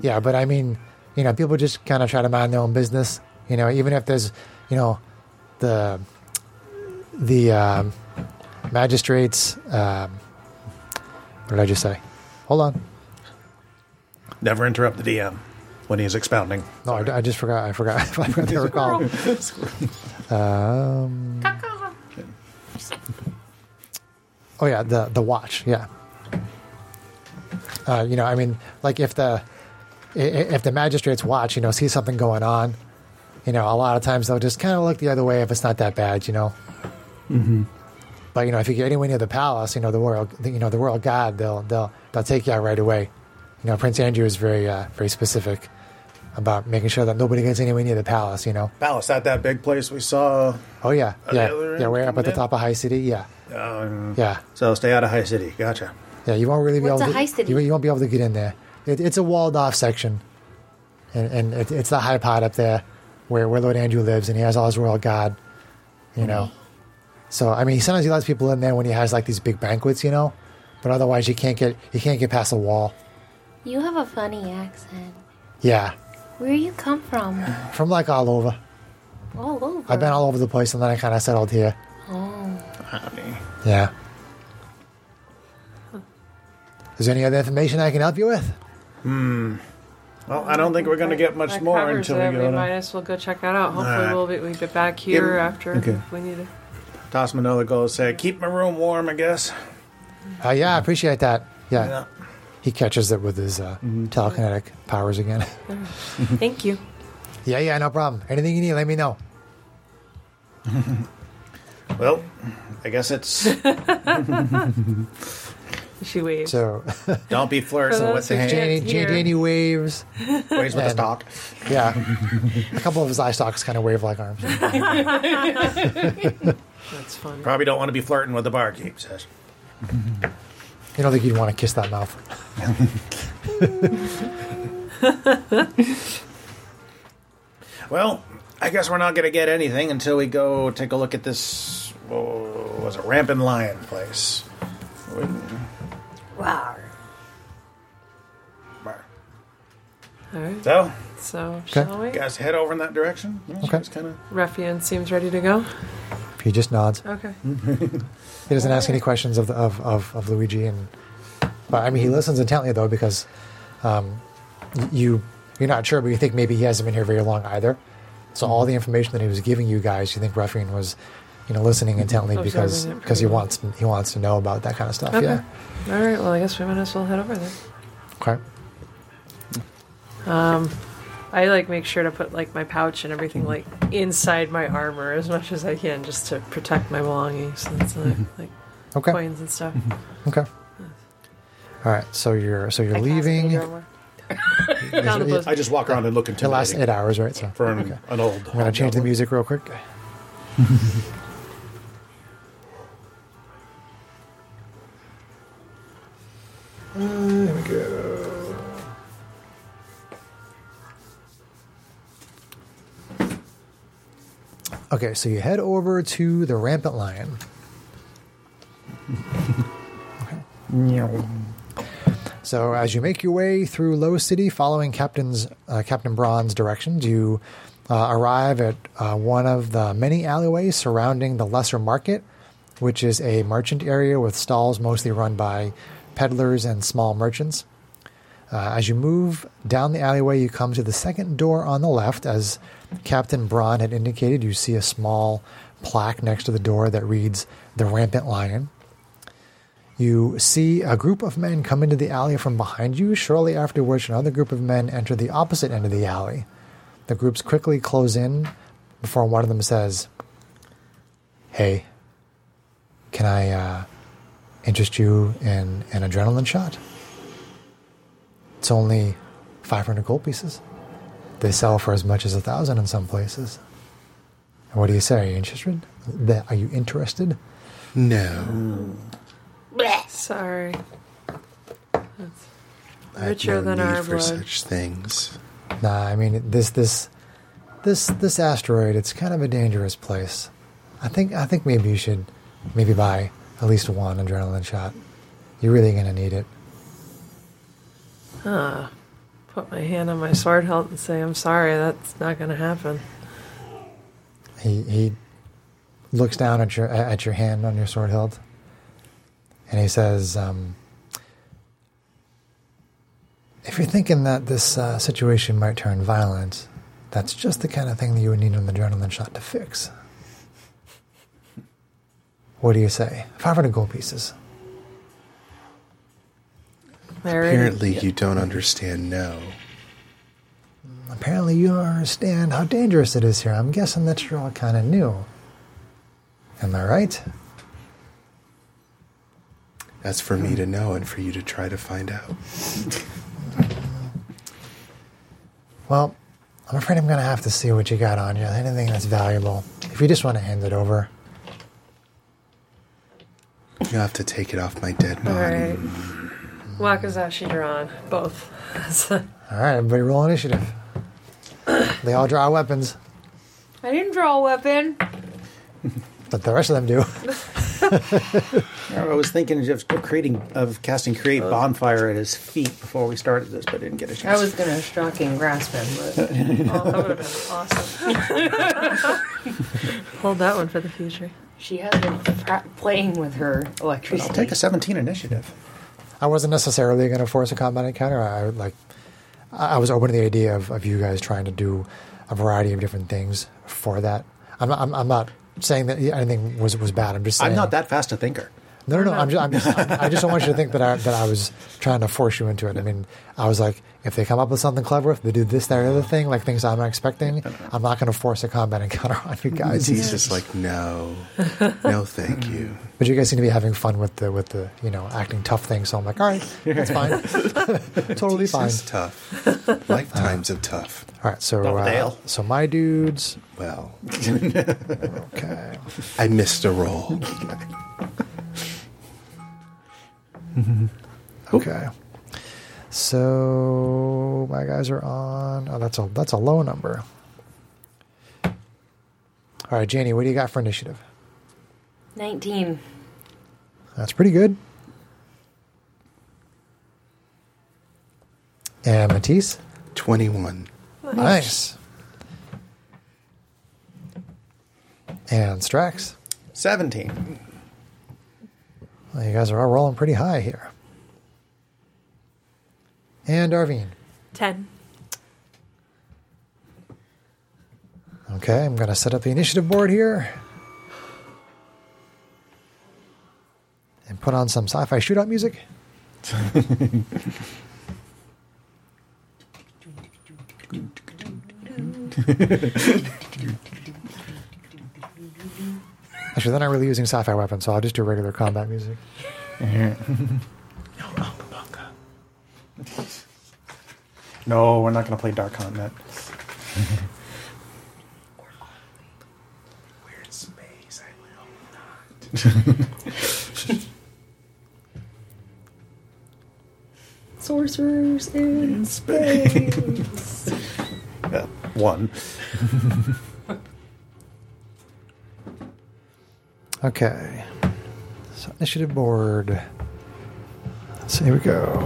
Speaker 1: yeah, but I mean, you know, people just kind of try to mind their own business. You know, even if there's, you know, the the um, magistrates. Um, what did I just say? Hold on.
Speaker 2: Never interrupt the DM when he's expounding.
Speaker 1: No, I, I just forgot. I forgot. [laughs] I forgot to recall. um, oh yeah, the the watch. Yeah. Uh, you know, I mean, like if the i- i- if the magistrates watch, you know, see something going on, you know, a lot of times they'll just kind of look the other way if it's not that bad, you know. Mm-hmm. But you know, if you get anywhere near the palace, you know, the royal, you know, the royal guard, they'll they'll they'll take you out right away. You know, Prince Andrew is very uh, very specific about making sure that nobody gets anywhere near the palace, you know.
Speaker 2: Palace, not that big place we saw.
Speaker 1: Oh yeah,
Speaker 2: Are
Speaker 1: yeah,
Speaker 2: they other
Speaker 1: yeah.
Speaker 2: end
Speaker 1: We're up at the
Speaker 2: coming
Speaker 1: top of High City. Yeah,
Speaker 2: Um,
Speaker 1: yeah,
Speaker 2: so stay out of High City. Gotcha.
Speaker 1: yeah. You won't really be
Speaker 6: What's
Speaker 1: able
Speaker 6: a
Speaker 1: to.
Speaker 6: High City?
Speaker 1: You, you won't be able to get in there. It, it's a walled off section, and and it, it's the high pot up there where where Lord Andrew lives, and he has all his royal guard, you know.
Speaker 2: Mm-hmm.
Speaker 1: So I mean, sometimes he lets people in there when he has like these big banquets, you know. But otherwise, you can't get you can't get past the wall.
Speaker 6: You have a funny accent.
Speaker 1: Yeah,
Speaker 6: Where you come
Speaker 2: [laughs]
Speaker 6: from?
Speaker 1: from like all over.
Speaker 6: All over.
Speaker 1: I've been all over the place, and then I kind of settled here.
Speaker 6: Oh.
Speaker 1: Yeah. Is there any other information I can help you with?
Speaker 2: Well, I don't think we're going to get much
Speaker 4: That
Speaker 2: more
Speaker 4: covers
Speaker 2: until
Speaker 4: it.
Speaker 2: we go
Speaker 4: might
Speaker 2: to
Speaker 4: as well go check that out. Hopefully,
Speaker 2: Alright.
Speaker 4: we'll be we get back here
Speaker 2: Yeah.
Speaker 4: after
Speaker 2: Okay. Mm-hmm.
Speaker 4: if we need to.
Speaker 2: toss him another gold. Say, keep my room warm, I guess.
Speaker 1: Uh, yeah, I appreciate that. Yeah.
Speaker 2: Yeah.
Speaker 1: He catches it with his uh, telekinetic powers again. [laughs]
Speaker 4: Thank you. [laughs]
Speaker 1: yeah, yeah, no problem. Anything you need, let me know.
Speaker 2: Well, I guess it's
Speaker 4: She waves.
Speaker 1: So,
Speaker 2: don't
Speaker 4: [laughs]
Speaker 2: be
Speaker 4: For
Speaker 2: flirting
Speaker 4: those
Speaker 2: with the
Speaker 4: who
Speaker 1: [laughs]
Speaker 2: hand.
Speaker 1: Janie,
Speaker 4: here.
Speaker 1: Janie waves.
Speaker 2: Ways with the
Speaker 1: And-
Speaker 2: stock.
Speaker 1: Yeah. [laughs] a couple of his eye stalks kind of wave like arms.
Speaker 4: That's fun.
Speaker 2: Probably don't want to be flirting with the barkeep, says.
Speaker 1: You don't think you'd want to kiss that mouth.
Speaker 2: Well, I guess we're not going to get anything until we go take a look at this. oh, was a rampant lion place. Bar.
Speaker 4: All right.
Speaker 2: So,
Speaker 4: So shall we?
Speaker 2: guys, head over in that direction. Yeah,
Speaker 1: Okay.
Speaker 2: Just kind of.
Speaker 4: Ruffian seems ready to go.
Speaker 1: He just nods.
Speaker 4: Okay.
Speaker 2: Mm-hmm.
Speaker 1: He doesn't ask any questions of, the, of, of, of Luigi, and but I mean he listens intently though because um, y- you you're not sure, but you think maybe he hasn't been here very long either. So all the information that he was giving you guys, you think Ruffian was, you know, listening intently
Speaker 4: Observing
Speaker 1: because
Speaker 4: Oh, it
Speaker 1: because he
Speaker 4: pretty well.
Speaker 1: wants he wants to know about that kind of stuff.
Speaker 4: Okay.
Speaker 1: Yeah.
Speaker 4: All right. Well, I guess we might as well head over there.
Speaker 1: Okay.
Speaker 4: I like make sure to put like my pouch and everything like inside my armor as much as I can just to protect my belongings. That's like, like
Speaker 1: Okay.
Speaker 4: coins and stuff.
Speaker 1: Okay. All right. So you're so you're leaving. Your
Speaker 4: Down the blizzard.
Speaker 2: I just walk around and look into
Speaker 1: last eight hours, right? So
Speaker 2: for an, an old.
Speaker 1: I'm gonna change the music real [laughs] quick.
Speaker 2: There we go.
Speaker 1: Okay, so you head over to the rampant lion. So as you make your way through Low City, following Captain's uh, Captain Braun's directions, you uh, arrive at uh, one of the many alleyways surrounding the Lesser Market, which is a merchant area with stalls mostly run by peddlers and small merchants. Uh, as you move down the alleyway, you come to the second door on the left. As Captain Braun had indicated, you see a small plaque next to the door that reads "The Rampant Lion." You see a group of men come into the alley from behind you, shortly after which another group of men enter the opposite end of the alley. The groups quickly close in before one of them says, Hey, can I uh, interest you in an adrenaline shot? It's only 500 gold pieces. They sell for as much as a thousand in some places. And what do you say? Are you interested? Th- Are you interested?
Speaker 5: No.
Speaker 4: Sorry.
Speaker 5: I have
Speaker 4: Richer
Speaker 5: no
Speaker 4: than
Speaker 5: need
Speaker 4: our
Speaker 5: for
Speaker 4: blood.
Speaker 5: such things.
Speaker 1: Nah, I mean this this this this asteroid. It's kind of a dangerous place. I think I think maybe you should maybe buy at least one adrenaline shot. You're really gonna need it.
Speaker 4: Put my hand on my sword hilt and say, I'm sorry, that's not going to happen.
Speaker 1: He he looks down at your at your hand on your sword hilt, and he says, um, "If you're thinking that this uh, situation might turn violent, that's just the kind of thing that you would need an adrenaline shot to fix." What do you say? Five hundred gold pieces.
Speaker 4: There it-
Speaker 5: Apparently, you don't understand no.
Speaker 1: Apparently, you don't understand how dangerous it is here. I'm guessing that you're all kind of new. Am I right?
Speaker 5: That's for me to know and for you to try to find out.
Speaker 1: Well, I'm afraid I'm going to have to see what you got on you. Anything that's valuable. If you just want to hand it over.
Speaker 5: You'll have to take it off my dead
Speaker 4: All
Speaker 5: body.
Speaker 4: right. Wakazashi Duran, both. [laughs]
Speaker 1: All right, everybody roll initiative. [coughs] They all draw weapons,
Speaker 3: I didn't draw a weapon.
Speaker 1: but the rest of them do.
Speaker 2: I was thinking of creating of casting create bonfire at his feet before we started this, but didn't get a
Speaker 3: I
Speaker 2: chance.
Speaker 3: was gonna shocking grasp
Speaker 1: [laughs]
Speaker 3: him, but
Speaker 4: Oh, that would have been awesome. Hold that one for the future.
Speaker 3: she has been pra- playing with her
Speaker 2: I'll
Speaker 3: electricity.
Speaker 2: take a 17 initiative.
Speaker 1: I wasn't necessarily going to force a combat encounter. I would like, I I was open to the idea of, of you guys trying to do a variety of different things for that. I'm not, I'm, I'm not saying that anything was, was bad. I'm just saying
Speaker 2: I'm not that fast a thinker.
Speaker 1: No, no, no. I'm just, I'm just, I just don't want you to think that I, that I was trying to force you into it. I mean, I was like, if they come up with something clever, if they do this, that, or the other thing, like things I'm not expecting, I'm not going to force a combat encounter [laughs] on you
Speaker 5: [laughs]
Speaker 1: guys.
Speaker 4: [laughs]
Speaker 5: He's just like, no. No, thank you.
Speaker 1: But you guys seem to be having fun with the with the you know acting tough thing. So I'm like, all right, that's fine, [laughs] [laughs] totally
Speaker 5: This
Speaker 1: fine.
Speaker 5: is tough. Lifetimes of tough.
Speaker 1: All right, so
Speaker 2: Not with
Speaker 1: uh,
Speaker 2: ale.
Speaker 1: so my dudes,
Speaker 5: Well,
Speaker 1: okay,
Speaker 5: I missed a roll.
Speaker 1: okay. So my guys are on. Oh, that's a that's a low number. All right, Janie, what do you got for initiative?
Speaker 3: Nineteen.
Speaker 1: That's pretty good. And Matisse?
Speaker 5: 21.
Speaker 1: Nice. And Strax?
Speaker 2: 17.
Speaker 1: Well, you guys are all rolling pretty high here. And Arvine.
Speaker 4: Ten.
Speaker 1: Okay, I'm going to set up the initiative board here. And put on some sci fi shootout music. Actually, they're not really using sci fi weapons, so I'll just do regular combat music.
Speaker 2: No, we're not going to play Dark [laughs] Continent.
Speaker 5: Weird space. I will not.
Speaker 3: [laughs] Sorcerers in space.
Speaker 2: [laughs] Uh, one.
Speaker 1: Okay. So initiative board. So here we go.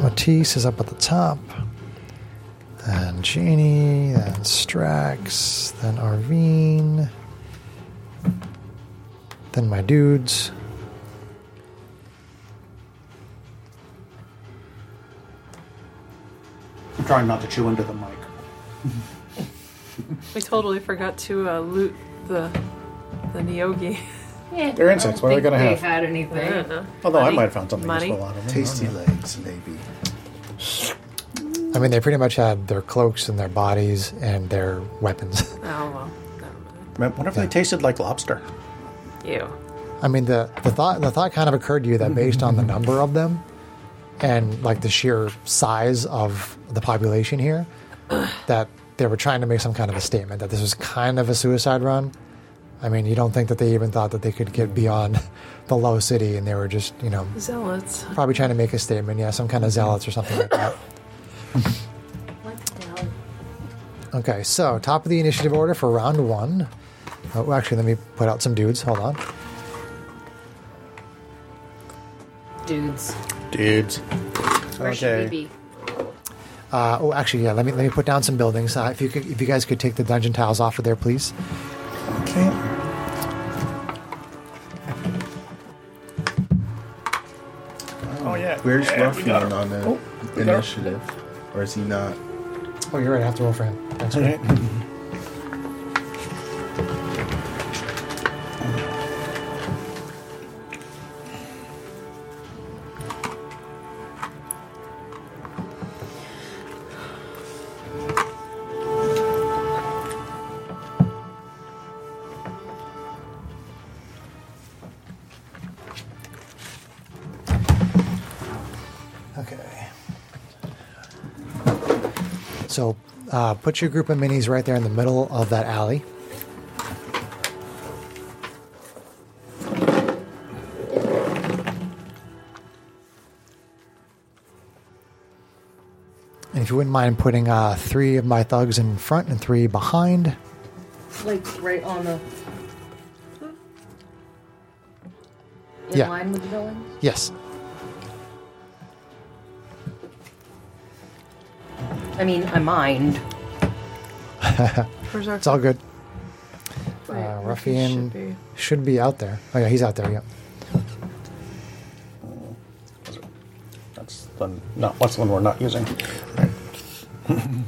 Speaker 1: Matisse is up at the top. Then Janie, then Strax, then Arvine, then my dudes.
Speaker 2: I'm trying not to chew into the mic.
Speaker 4: We totally forgot to uh, loot the the Nyogi.
Speaker 3: Yeah,
Speaker 2: They're insects. What are they
Speaker 3: think
Speaker 2: gonna have?
Speaker 3: They had anything?
Speaker 2: Although I
Speaker 4: Money.
Speaker 2: might have found something
Speaker 4: Money.
Speaker 2: useful out of it.
Speaker 5: Tasty legs, maybe.
Speaker 1: I mean, they pretty much had their cloaks and their bodies and their weapons. [laughs]
Speaker 4: Oh well, never mind.
Speaker 2: Man, What if they tasted like lobster?
Speaker 4: Ew.
Speaker 1: I mean, the, the thought the thought kind of occurred to you that based on the number of them, and like the sheer size of the population here, that they were trying to make some kind of a statement that this was kind of a suicide run. I mean, you don't think that they even thought that they could get beyond [laughs] the low city, and they were just you know
Speaker 4: Zealots.
Speaker 1: probably trying to make a statement, yeah, some kind of zealots or something like that.
Speaker 3: What the hell?
Speaker 1: Okay, so top of the initiative order for round one. Oh, actually, let me put out some dudes. Hold on.
Speaker 3: Dudes.
Speaker 2: Dudes.
Speaker 3: Where should we be?
Speaker 1: Uh, oh, actually, yeah. Let me let me put down some buildings. Uh, if you could, if you guys could take the dungeon tiles off of there, please.
Speaker 5: Okay.
Speaker 2: Oh yeah.
Speaker 5: Where's
Speaker 2: yeah, we got
Speaker 5: Ruffian
Speaker 2: 'em.
Speaker 5: on the
Speaker 2: Oh, we got 'em.
Speaker 5: initiative? Or is he not?
Speaker 1: Oh, you're right. I have to roll for him. Thanks.
Speaker 2: Okay.
Speaker 1: Okay. So, uh, put your group of minis right there in the middle of that alley. And if you wouldn't mind putting uh, three of my thugs in front and three behind.
Speaker 3: Like right on the. In
Speaker 1: Yeah.
Speaker 3: line with the building?
Speaker 1: Yes.
Speaker 3: I mean, I mind.
Speaker 4: Where's our?
Speaker 1: It's all good.
Speaker 4: Wait,
Speaker 1: Uh,
Speaker 4: Rufus
Speaker 1: Ruffian
Speaker 4: should be-
Speaker 1: should be out there. Oh yeah, he's out there. Yeah.
Speaker 2: That's the no. What's the one we're not using?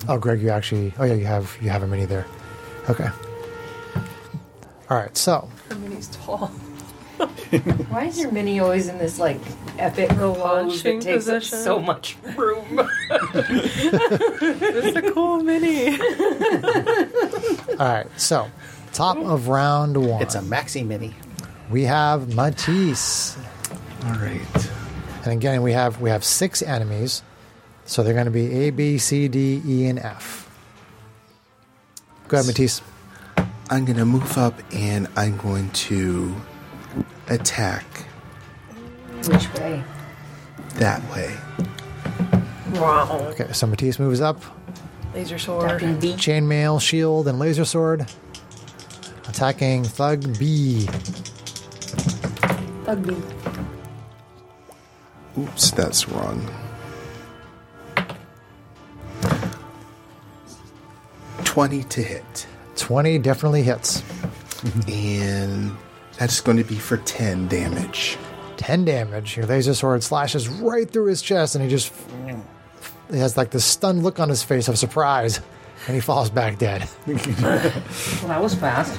Speaker 1: Oh, Greg, you actually. Oh yeah, you have you have a mini there. Okay. All right. So
Speaker 4: Her mini's tall.
Speaker 3: Why is your mini always in this like epic pose
Speaker 4: launching
Speaker 3: that takes up
Speaker 4: position.
Speaker 3: so much room?
Speaker 4: It's a cool mini.
Speaker 1: all right. So top of round one.
Speaker 2: It's a maxi mini.
Speaker 1: we have Matisse,
Speaker 5: All right.
Speaker 1: and again we have we have six enemies, so they're going to be A, B, C, D, E, and F. Go ahead, Matisse.
Speaker 5: I'm going to move up and I'm going to attack
Speaker 3: Which way?
Speaker 5: that way.
Speaker 4: Wow.
Speaker 1: Okay, so Matisse moves up.
Speaker 4: Laser
Speaker 3: Up
Speaker 4: sword.
Speaker 3: in B.
Speaker 1: Chainmail, shield, and laser sword. Attacking Thug B.
Speaker 3: Bug B.
Speaker 5: Oops, that's wrong. 20 to hit.
Speaker 1: 20 definitely hits.
Speaker 5: And that's going to be for 10 damage.
Speaker 1: 10 damage. Your laser sword slashes right through his chest, and he just. He has like this stunned look on his face of surprise, and he falls back dead.
Speaker 3: Well, that was [laughs] fast.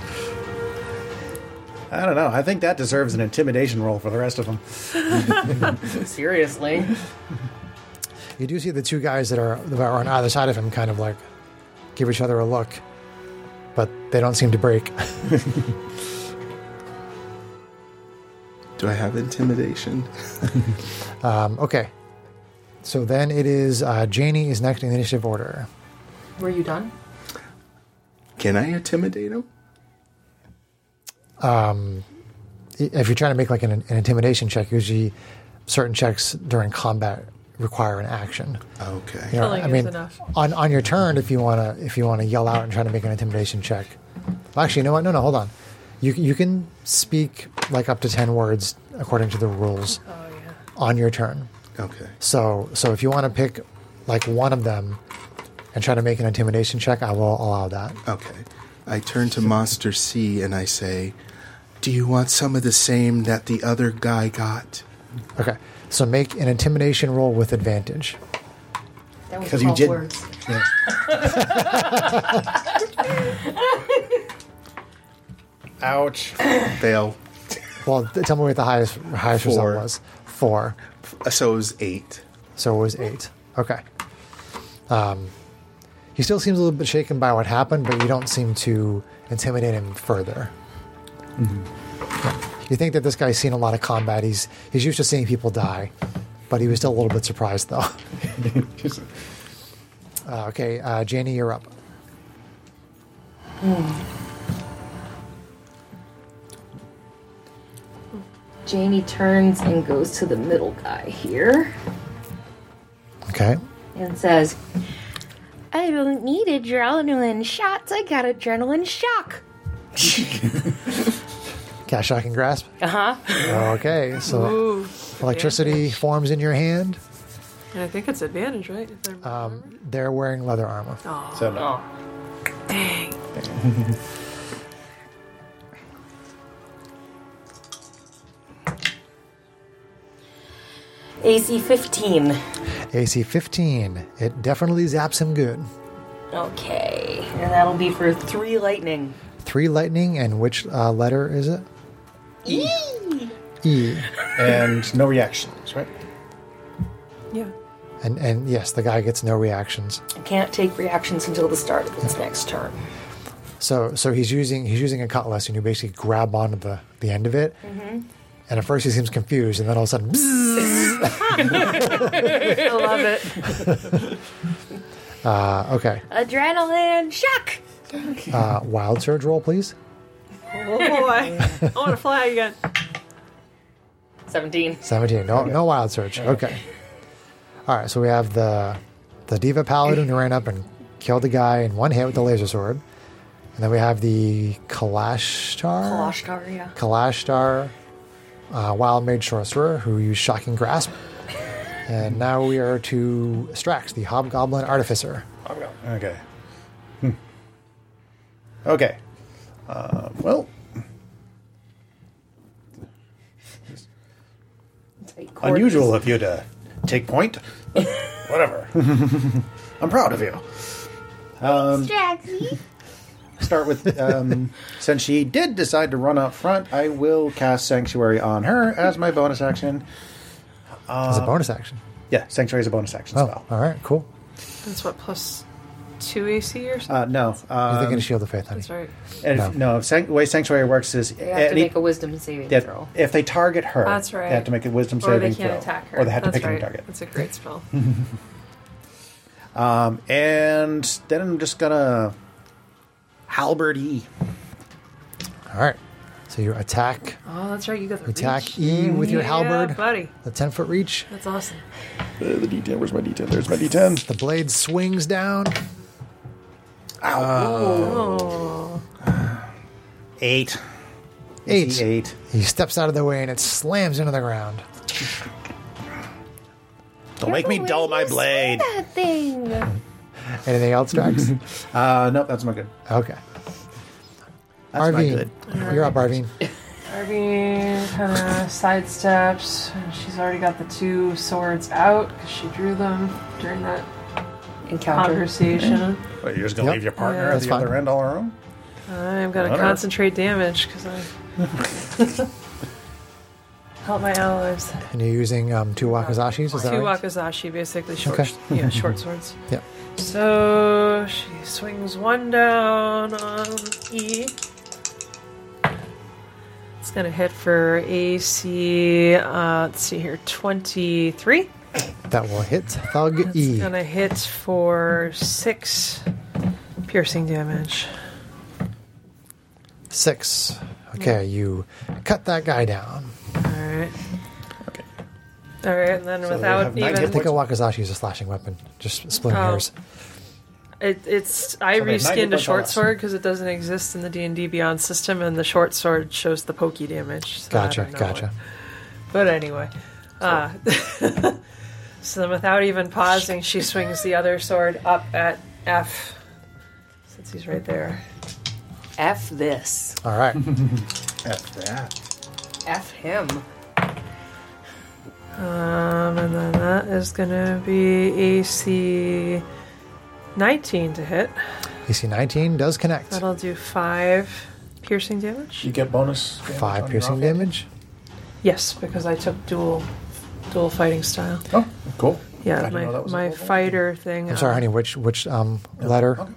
Speaker 2: I don't know. I think that deserves an intimidation roll for the rest of them.
Speaker 3: Seriously.
Speaker 1: You do see the two guys that are, that are on either side of him kind of like give each other a look, but they don't seem to break.
Speaker 5: Do I have intimidation?
Speaker 1: Um, okay. So then it is uh, Janie is next in the initiative order.
Speaker 3: Were you done?
Speaker 5: Can I intimidate him?
Speaker 1: if you're trying to make like an, an intimidation check, usually certain checks during combat require an action.
Speaker 5: Okay.
Speaker 1: You know,
Speaker 4: Killing
Speaker 1: I
Speaker 4: is
Speaker 1: mean,
Speaker 4: enough.
Speaker 1: on on your turn, if you wanna if you wanna yell out and try to make an intimidation check. Well, actually, you know what? No, no, hold on. You you can speak like up to ten words according to the rules
Speaker 4: Oh yeah.
Speaker 1: on your turn.
Speaker 5: Okay.
Speaker 1: So so if you want to pick like one of them and try to make an intimidation check, I will allow that.
Speaker 5: Okay. I turn to Monster C and I say, Do you want some of the same that the other guy got?
Speaker 1: Okay. So make an intimidation roll with advantage.
Speaker 3: That was
Speaker 5: 'Cause you
Speaker 3: twelve
Speaker 5: didn't.
Speaker 3: words.
Speaker 5: Yeah.
Speaker 2: Ouch.
Speaker 5: [coughs] Fail.
Speaker 1: Well, th- tell me what the highest highest
Speaker 5: Four.
Speaker 1: result was. Four.
Speaker 5: So it was eight.
Speaker 1: So it was eight. Okay. Um, he still seems a little bit shaken by what happened, but you don't seem to intimidate him further. You think that this guy's seen a lot of combat. He's he's used to seeing people die, but he was still a little bit surprised though. uh, okay, uh, Janie, you're up.
Speaker 3: Janie turns and goes to the middle guy here
Speaker 1: Okay.
Speaker 3: and says,
Speaker 6: I don't need adrenaline shots. I got adrenaline shock.
Speaker 1: Cash I can grasp.
Speaker 3: "Uh huh."
Speaker 1: Okay, so
Speaker 4: Ooh.
Speaker 1: electricity forms in your hand.
Speaker 4: And I think it's advantage, right? If I remember.
Speaker 1: They're wearing leather armor.
Speaker 2: So no.
Speaker 3: Oh,
Speaker 4: Dang.
Speaker 3: AC fifteen.
Speaker 1: AC 15. It definitely zaps him good.
Speaker 3: Okay, and that'll be for three lightning.
Speaker 1: Three lightning, and which uh, letter is it? E. E.
Speaker 2: And no reactions, right?
Speaker 4: Yeah.
Speaker 1: And and yes, the guy gets no reactions.
Speaker 3: I can't take reactions until the start of its next turn.
Speaker 1: So so he's using he's using a cutlass, and you basically grab onto the the end of it. And at first he seems confused, and then all of a sudden, bzzz.
Speaker 4: I love it.
Speaker 1: Uh, okay.
Speaker 6: Adrenaline shock.
Speaker 1: Uh, wild surge roll, please.
Speaker 4: Oh [laughs] boy. I want to fly again.
Speaker 3: Seventeen.
Speaker 1: Seventeen. No no wild surge. Okay. All right. So we have the the diva paladin who ran up and killed the guy in one hit with the laser sword, and then we have the Kalashtar.
Speaker 3: Kalashkar, yeah.
Speaker 1: Kalashtar, uh, Wild Mage Sorcerer, who used Shocking Grasp. And now we are to Strax, the Hobgoblin Artificer.
Speaker 2: Okay. Hmm. Okay. Uh, well,
Speaker 3: Take quarters.
Speaker 2: unusual of you to take point. Whatever. [laughs] I'm proud of you. Um, [laughs]
Speaker 6: Straxy.
Speaker 2: Start
Speaker 1: [laughs]
Speaker 2: with um, since she did decide to run up front, I will cast Sanctuary on her as my bonus action.
Speaker 1: As a
Speaker 4: Uh,
Speaker 1: bonus action.
Speaker 2: Yeah, Sanctuary is a bonus action
Speaker 1: Oh,
Speaker 2: spell.
Speaker 1: all right, cool.
Speaker 4: That's what plus two AC or something.
Speaker 2: Uh, no,
Speaker 1: You're
Speaker 2: uh,
Speaker 1: thinking of Shield of Faith, honey.
Speaker 4: Um, That's right.
Speaker 2: and if, no. san- way Sanctuary works is
Speaker 3: They have to
Speaker 2: any-
Speaker 3: make a wisdom saving
Speaker 2: they have-
Speaker 3: throw.
Speaker 2: if they target her,
Speaker 4: That's right.
Speaker 2: they have to make a Wisdom
Speaker 4: Or
Speaker 2: saving
Speaker 4: they can't
Speaker 2: throw,
Speaker 4: attack her.
Speaker 2: or they have
Speaker 4: That's
Speaker 2: to pick a new
Speaker 4: right.
Speaker 2: target.
Speaker 4: That's a great spell.
Speaker 2: And then I'm just gonna halberd E.
Speaker 1: All right. So you attack
Speaker 4: Oh, that's right. You got the
Speaker 1: attack
Speaker 4: reach.
Speaker 1: E with your
Speaker 4: Yeah,
Speaker 1: halberd,
Speaker 4: buddy.
Speaker 1: the 10 foot reach.
Speaker 4: That's awesome.
Speaker 2: the D10. Where's my D10? There's my D10.
Speaker 1: The blade swings down.
Speaker 4: Oh,
Speaker 2: Eight.
Speaker 1: Eight.
Speaker 2: Eight.
Speaker 1: He steps out of the way and it slams into the ground.
Speaker 2: Don't make me
Speaker 6: Wait,
Speaker 2: dull my
Speaker 6: you see
Speaker 2: blade.
Speaker 6: That thing.
Speaker 1: Anything else,
Speaker 2: [laughs]
Speaker 1: Strax?
Speaker 2: Uh, nope, that's not good.
Speaker 1: okay.
Speaker 2: That's not
Speaker 1: Arvine,
Speaker 2: good.
Speaker 1: you're up, Arvine.
Speaker 4: Arby kind of sidesteps, and she's already got the two swords out because she drew them during that
Speaker 3: Encounter.
Speaker 4: conversation.
Speaker 2: Wait, you're just gonna
Speaker 1: Yep.
Speaker 2: leave your partner at
Speaker 1: That's
Speaker 2: the
Speaker 1: fine.
Speaker 2: other end all alone?
Speaker 4: I'm gonna
Speaker 2: Whatever.
Speaker 4: concentrate damage because I
Speaker 1: [laughs]
Speaker 4: help my allies.
Speaker 1: And you're using um, two Wakazashis, is that
Speaker 4: Two
Speaker 1: right?
Speaker 4: wakizashi, basically short,
Speaker 1: Okay. [laughs]
Speaker 4: yeah, short swords.
Speaker 1: Yep.
Speaker 4: So she swings one down on E. It's gonna hit for AC. Uh, let's see here, twenty-three.
Speaker 1: That will hit Thug E.
Speaker 4: It's gonna hit for six piercing damage.
Speaker 1: Six. Okay, you cut that guy down.
Speaker 4: All right.
Speaker 2: Okay.
Speaker 4: All right, and then
Speaker 2: they have
Speaker 4: without
Speaker 2: nine
Speaker 4: even
Speaker 2: hit
Speaker 1: I think a Wakazashi is a slashing weapon. Just splitting
Speaker 4: Oh.
Speaker 1: hairs.
Speaker 4: It, it's I
Speaker 2: Okay,
Speaker 4: reskinned a
Speaker 2: 90.5
Speaker 4: short
Speaker 2: less.
Speaker 4: sword because it doesn't exist in the D and D Beyond system, and the short sword shows the pokey damage. so I
Speaker 1: Gotcha,
Speaker 4: don't know what-
Speaker 1: gotcha.
Speaker 4: But anyway, uh, [laughs] so then without even pausing, she swings the other sword up at F, since he's right there.
Speaker 3: F this.
Speaker 1: All
Speaker 4: [laughs]
Speaker 1: right.
Speaker 5: At that.
Speaker 3: F him.
Speaker 4: Um, and then that is gonna be AC 19 to hit.
Speaker 1: AC 19 does connect.
Speaker 4: That'll do five piercing damage.
Speaker 2: You get bonus. damage on
Speaker 1: Five
Speaker 2: your
Speaker 1: piercing
Speaker 2: offhand.
Speaker 1: damage.
Speaker 4: Yes, because I took dual dual fighting style.
Speaker 2: Oh, cool. I
Speaker 4: Yeah,
Speaker 2: didn't know
Speaker 4: my,
Speaker 2: that was a
Speaker 4: my
Speaker 2: dual thing.
Speaker 4: fighter thing.
Speaker 1: I'm sorry, honey. Which which um letter?
Speaker 2: Okay.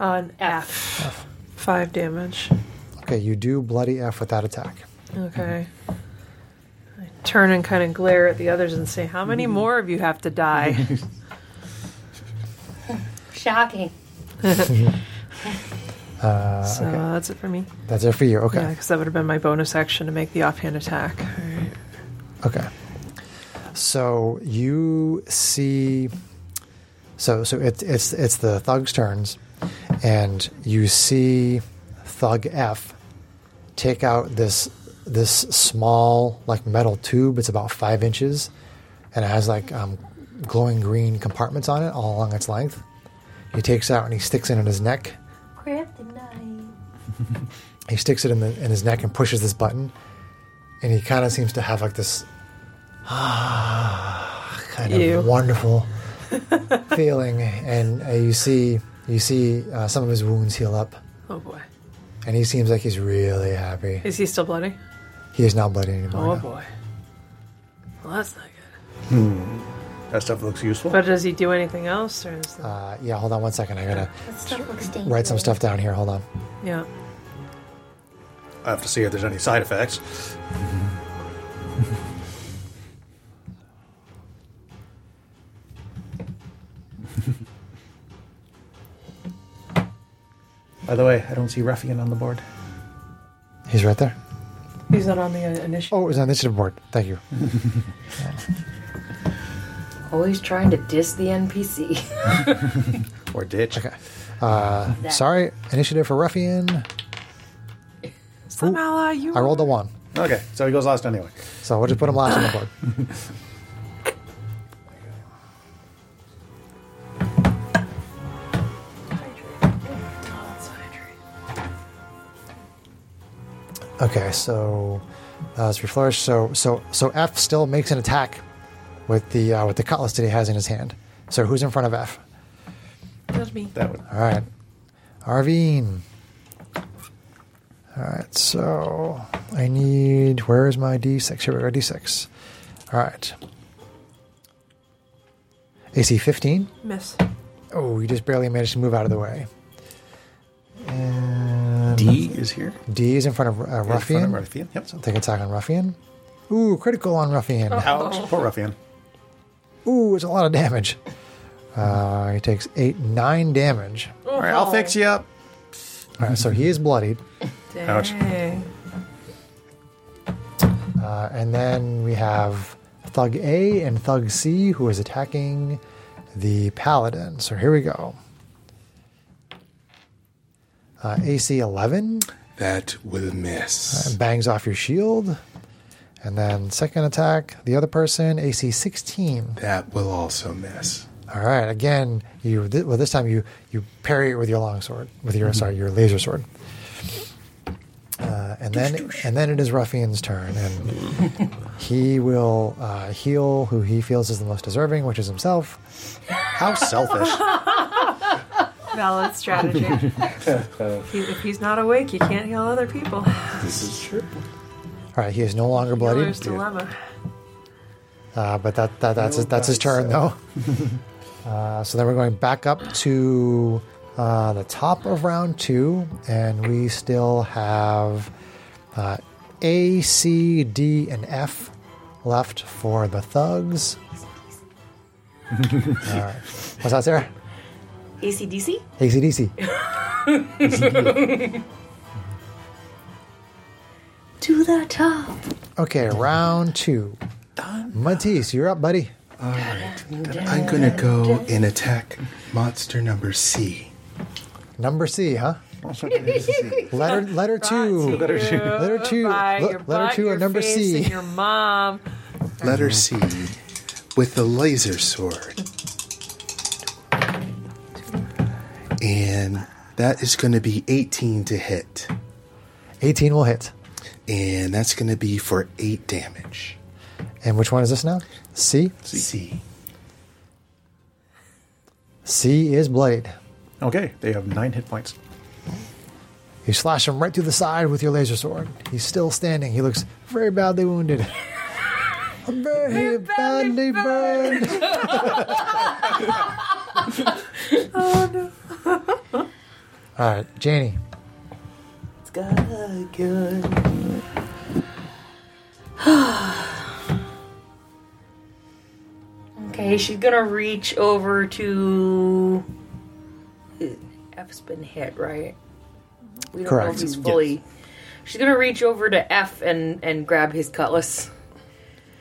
Speaker 4: On
Speaker 3: F.
Speaker 4: F. Five damage.
Speaker 1: Okay, you do bloody F with that attack.
Speaker 4: Okay. I turn and kind of glare at the others and say, How many more of you have to die?
Speaker 2: [laughs]
Speaker 3: Shocking.
Speaker 4: so uh, that's it for me.
Speaker 1: That's it for you. Okay.
Speaker 4: Yeah, because that would have been my bonus action to make the offhand attack. All right.
Speaker 1: Okay. So you see, so so it's it's it's the thug's turns, and you see thug F take out this this small like metal tube. It's about five inches, and it has like um, glowing green compartments on it all along its length. He takes it out and he sticks it in his neck.
Speaker 6: Grab the knife.
Speaker 1: He sticks it in the in his neck and pushes this button, and he kind of seems to have like this [sighs] kind
Speaker 4: Ew.
Speaker 1: of wonderful feeling, and uh, you see you see uh, some of his wounds heal up,
Speaker 4: Oh boy.
Speaker 1: and he seems like he's really happy.
Speaker 4: Is he still bloody?
Speaker 1: He is not bloody anymore.
Speaker 4: Oh
Speaker 1: no.
Speaker 4: boy. Well, that's not good.
Speaker 2: Hmm. That stuff looks useful.
Speaker 4: But does he do anything else? Or is that,
Speaker 1: Uh, yeah, hold on one second. I gotta
Speaker 6: That stuff looks dangerous.
Speaker 1: write some stuff down here. Hold on.
Speaker 4: yeah.
Speaker 2: I have to see if there's any side effects. By the way, I don't see Ruffian on the board.
Speaker 1: He's right there.
Speaker 4: He's not on the uh, initiative.
Speaker 1: Oh, it was on initiative board. Thank you.
Speaker 3: Always trying to diss the NPC.
Speaker 2: Or ditch.
Speaker 1: Okay. Uh,
Speaker 3: That-
Speaker 1: sorry, initiative for ruffian.
Speaker 4: Somehow uh, you.
Speaker 1: I rolled a one,
Speaker 2: Okay, so he goes last anyway.
Speaker 1: so we'll just put him last on the board. Okay, so uh, it's reflourish. So so so F still makes an attack with the uh, with the cutlass that he has in his hand. So who's in front of F?
Speaker 4: That's me.
Speaker 2: That would.
Speaker 1: All right, Arvine. All right, so I need. Where is my d6? Here we go, d6. All right. AC 15.
Speaker 4: Miss.
Speaker 1: Oh, you just barely managed to move out of the way. And
Speaker 2: D is here.
Speaker 1: D is in front of uh,
Speaker 2: In front of
Speaker 1: Ruffian.
Speaker 2: Ruffian. Yep.
Speaker 1: Take attack on Ruffian. Ooh, critical on Ruffian.
Speaker 2: Ouch. Poor Ruffian.
Speaker 1: Ooh, it's a lot of damage. Uh, he takes eight, nine damage.
Speaker 2: All right, I'll fix you up.
Speaker 1: All right, so he is bloodied.
Speaker 2: Ouch.
Speaker 4: Dang.
Speaker 1: Uh, and then we have Thug A and Thug C who is attacking the Paladin. So here we go. Uh, AC 11
Speaker 5: That will miss.
Speaker 1: and uh, bangs off your shield. And then second attack, the other person, AC 16.
Speaker 5: That will also miss.
Speaker 1: All right, again, you th- well this time you you parry it with your long sword, with your sorry your laser sword, uh, and then and then it is Ruffian's turn, and he will uh, heal who he feels is the most deserving, which is himself.
Speaker 2: How selfish.
Speaker 1: [laughs]
Speaker 4: Valid strategy. he, if he's not awake, you can't heal other people.
Speaker 5: This is true.
Speaker 1: All right, he is no longer bloodied,
Speaker 4: Healer's dilemma.
Speaker 1: uh, but that, that that's his, that's his turn though. Uh, so then we're going back up to uh, the top of round two, and we still have uh, A, C, D, and F left for the thugs. All right. What's that, Sarah?
Speaker 3: ACDC?
Speaker 1: ACDC.
Speaker 6: To the top.
Speaker 1: Okay, round two. Matisse, you're up, buddy.
Speaker 5: All right. I'm going to go and attack monster number C.
Speaker 1: Number C, huh? Letter letter two.
Speaker 4: Letter two.
Speaker 1: Letter two.
Speaker 4: By
Speaker 1: Le-
Speaker 4: your
Speaker 1: letter
Speaker 4: butt,
Speaker 1: two or
Speaker 4: your
Speaker 1: number
Speaker 4: face,
Speaker 1: C.
Speaker 4: and your mom.
Speaker 5: Letter C with the laser sword. And that is going to be 18 to hit.
Speaker 1: 18 will hit.
Speaker 5: And that's going to be for 8 damage.
Speaker 1: And which one is this now? C.
Speaker 5: C.
Speaker 1: C is blade.
Speaker 2: Okay, they have nine hit points.
Speaker 1: You slash him right through the side with your laser sword. He's still standing. He looks very badly wounded. [laughs] very badly burned. [laughs] Oh, All right, Janie.
Speaker 3: [sighs] Okay, she's gonna reach over to. F's been hit, right? We don't know
Speaker 1: Correct.
Speaker 3: if he's fully. She's gonna reach over to F and and grab his cutlass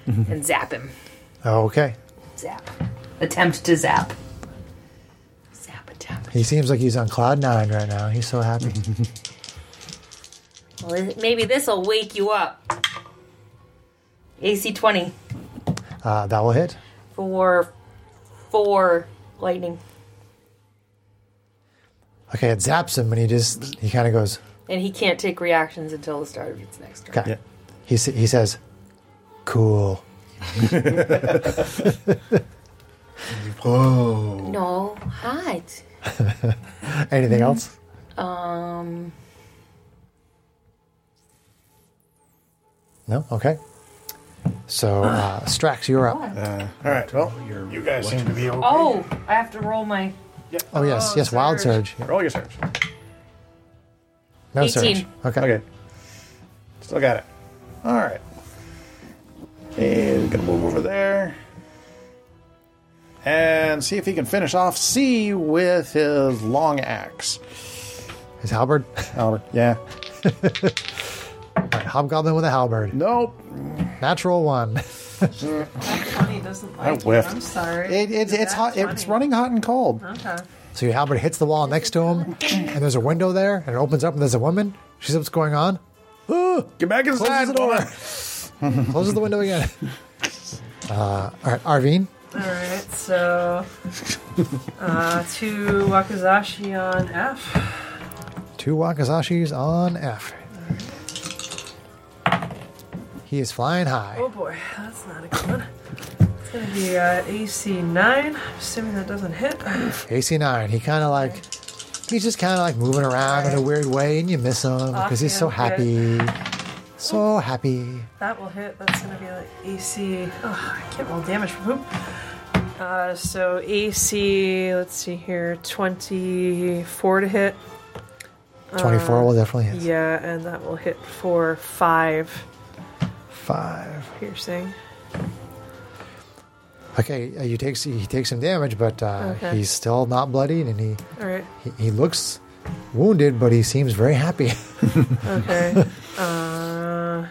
Speaker 3: and zap him.
Speaker 1: Okay.
Speaker 3: Zap. Attempt to zap. Zap attempt.
Speaker 1: He seems like he's on cloud nine right now. He's so happy.
Speaker 3: Well, maybe this will wake you up. AC twenty
Speaker 1: Uh, that will hit.
Speaker 3: for four lightning,
Speaker 1: Okay, it zaps him, and he just he kind of goes.
Speaker 3: and he can't take reactions until the start of its next turn.
Speaker 1: Okay. He sa- he says, "Cool."
Speaker 5: Whoa.
Speaker 3: No, hot.
Speaker 1: Anything else?
Speaker 3: Um.
Speaker 1: No. Okay. So uh, Strax, you're up.
Speaker 2: All right, well, you guys seem to be okay.
Speaker 3: Oh, I have to roll my
Speaker 1: Oh yes, yes. Wild surge. Yeah.
Speaker 2: Roll your surge.
Speaker 1: No
Speaker 3: 18.
Speaker 1: surge. Okay.
Speaker 2: Okay. Still got it. All right. And gonna move over there. And see if he can finish off C with his long axe.
Speaker 1: Is halberd?
Speaker 2: Albert. Yeah.
Speaker 1: All right, hobgoblin with a halberd.
Speaker 2: Nope.
Speaker 1: Natural one.
Speaker 4: Funny doesn't like
Speaker 2: I
Speaker 4: you.
Speaker 2: whiffed.
Speaker 4: I'm sorry.
Speaker 2: It, it, it's hot. It's running hot and cold.
Speaker 4: Okay.
Speaker 1: So your halberd hits the wall next to him, and there's a window there, and it opens up, and there's a woman. She sees what's going on.
Speaker 2: Get back inside,
Speaker 1: the door.
Speaker 2: woman.
Speaker 1: Closes the window again. Uh, all right, Arvine.
Speaker 4: All right. So, uh, to Wakazashi on F.
Speaker 1: Two Wakazashis on F. He is flying high.
Speaker 4: Oh boy, that's not a good one. It's gonna be uh, AC nine. Assuming that doesn't hit.
Speaker 1: AC nine. He kind of like, he's just kind of like moving around in a weird way, and you miss him because he's so
Speaker 4: Ah, yeah,
Speaker 1: happy, so happy.
Speaker 4: That will hit. That's gonna be like AC. Oh, I can't roll damage from whom. Uh, so AC. Let's see here. Twenty-four to hit.
Speaker 1: Twenty four will definitely hit.
Speaker 4: Uh, Yeah, and that will hit for five
Speaker 1: Five.
Speaker 4: piercing.
Speaker 1: Okay, uh, you takes he takes some damage, but uh,
Speaker 4: Okay.
Speaker 1: he's still not bloodied, and he,
Speaker 4: All right.
Speaker 1: he he looks wounded, but he seems very happy. [laughs]
Speaker 4: Okay. uh,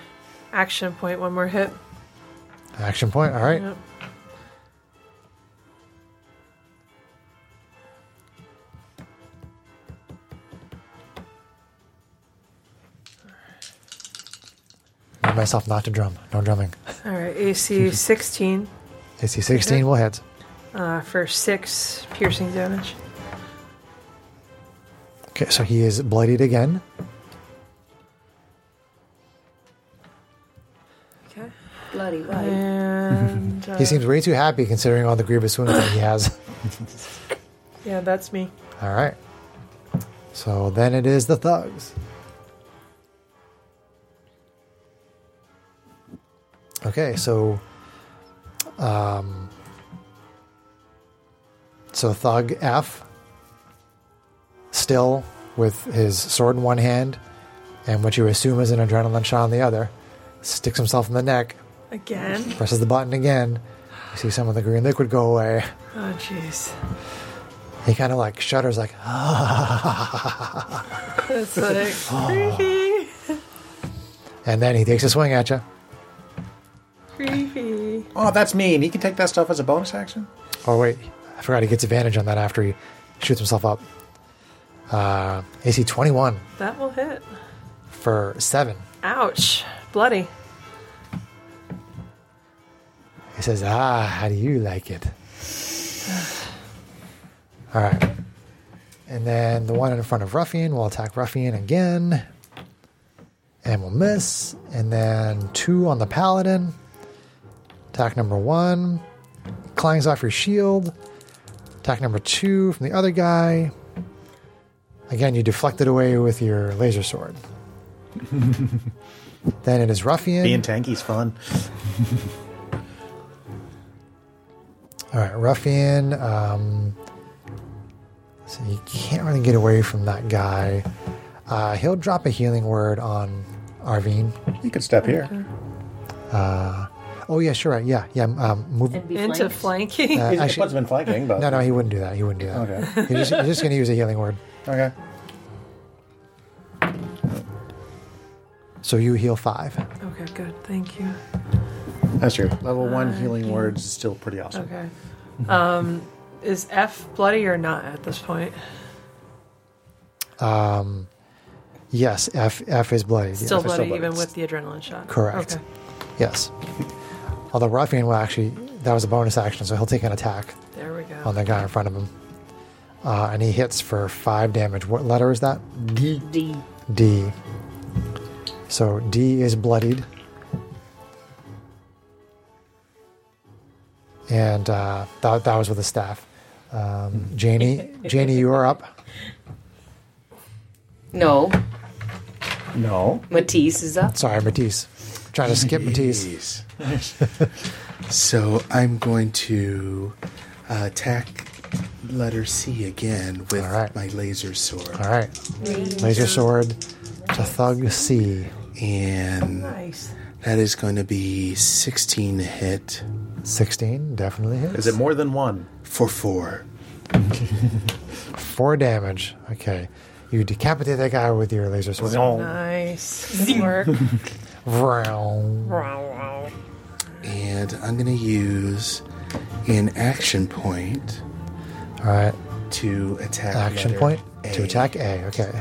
Speaker 4: action point. One more hit.
Speaker 1: Action point. All right.
Speaker 4: Yep.
Speaker 1: Remind myself not to drum. No drumming.
Speaker 4: All right. AC sixteen
Speaker 1: AC sixteen will hit.
Speaker 4: uh, for six piercing damage.
Speaker 1: Okay, so he is bloodied again.
Speaker 4: Okay.
Speaker 3: bloody right.
Speaker 4: And uh,
Speaker 1: He seems way too happy considering all the grievous wounds that he has.
Speaker 4: yeah, that's me.
Speaker 1: All right. So then it is the thugs. Okay, so um so thug F still with his sword in one hand and what you assume is an adrenaline shot in the other sticks himself in the neck,
Speaker 4: Again.
Speaker 1: presses the button again. You see some of the green liquid go away.
Speaker 4: Oh jeez.
Speaker 1: He kind of like shudders like [gasps]
Speaker 4: It's like creepy.
Speaker 1: and then he takes a swing at you.
Speaker 4: Creepy.
Speaker 2: Oh, that's mean. He can take that stuff as a bonus action.
Speaker 1: Oh wait, I forgot he gets advantage on that after he shoots himself up. Uh, AC twenty one
Speaker 4: That will hit.
Speaker 1: for seven.
Speaker 4: Ouch. Bloody.
Speaker 1: He says, "Ah, how do you like it?" [sighs] All right, and then the one in front of Ruffian will attack Ruffian again, and will miss. And then two on the Paladin. Attack number one clangs off your shield. Attack number two from the other guy. Again, you deflect it away with your laser sword. then it is Ruffian.
Speaker 2: Being tanky's fun.
Speaker 1: All right, Ruffian. Um, so you can't really get away from that guy. Uh, he'll drop a healing word on Arvine.
Speaker 2: You could step here.
Speaker 1: Oh yeah, sure, right, yeah, yeah. Um, move.
Speaker 3: And be
Speaker 4: Into
Speaker 3: flanked.
Speaker 4: flanking.
Speaker 1: Uh,
Speaker 2: He's,
Speaker 1: actually-
Speaker 2: has been flanking, but
Speaker 1: no, no, he wouldn't do that. He wouldn't do that.
Speaker 2: [laughs] Okay.
Speaker 1: He's just, he's just going to use a healing word.
Speaker 2: okay.
Speaker 1: So you heal five.
Speaker 4: okay, good. Thank you.
Speaker 2: That's true. Level one healing words is still pretty awesome.
Speaker 4: Okay. Um, is F bloody or not at this point?
Speaker 1: Yes, F F is bloody.
Speaker 4: Still
Speaker 1: yes.
Speaker 4: bloody,
Speaker 2: bloody.
Speaker 4: even with the adrenaline shot.
Speaker 1: Correct.
Speaker 4: Okay.
Speaker 1: Yes. Although Ruffian will actually, that was a bonus action, so he'll take an attack
Speaker 4: There we go.
Speaker 1: on the guy Oh, in front of him, uh, and he hits for five damage. What letter is that? D.
Speaker 3: D.
Speaker 1: D. So D is bloodied. And uh, that, that was with the staff. Um, Janie, Janie, you are up.
Speaker 3: No,
Speaker 2: No.
Speaker 3: Matisse is up.
Speaker 1: Sorry, Matisse. Trying to skip Matisse.
Speaker 5: Jeez. so I'm going to uh, attack letter C again with
Speaker 1: All right.
Speaker 5: my laser sword.
Speaker 1: All right. Laser sword to Thug C.
Speaker 5: And
Speaker 4: nice.
Speaker 5: that is going to be 16 to hit
Speaker 1: 16 definitely hits.
Speaker 2: Is it more than one?
Speaker 5: for four.
Speaker 1: Four damage. Okay. You decapitate that guy with your laser sword.
Speaker 2: No.
Speaker 4: Nice. [laughs]
Speaker 1: [laughs]
Speaker 4: Work.
Speaker 1: Vroom.
Speaker 5: And I'm going to use an action point
Speaker 1: All right.
Speaker 5: to attack.
Speaker 1: action
Speaker 5: letter
Speaker 1: point
Speaker 5: A.
Speaker 1: to attack A. Okay.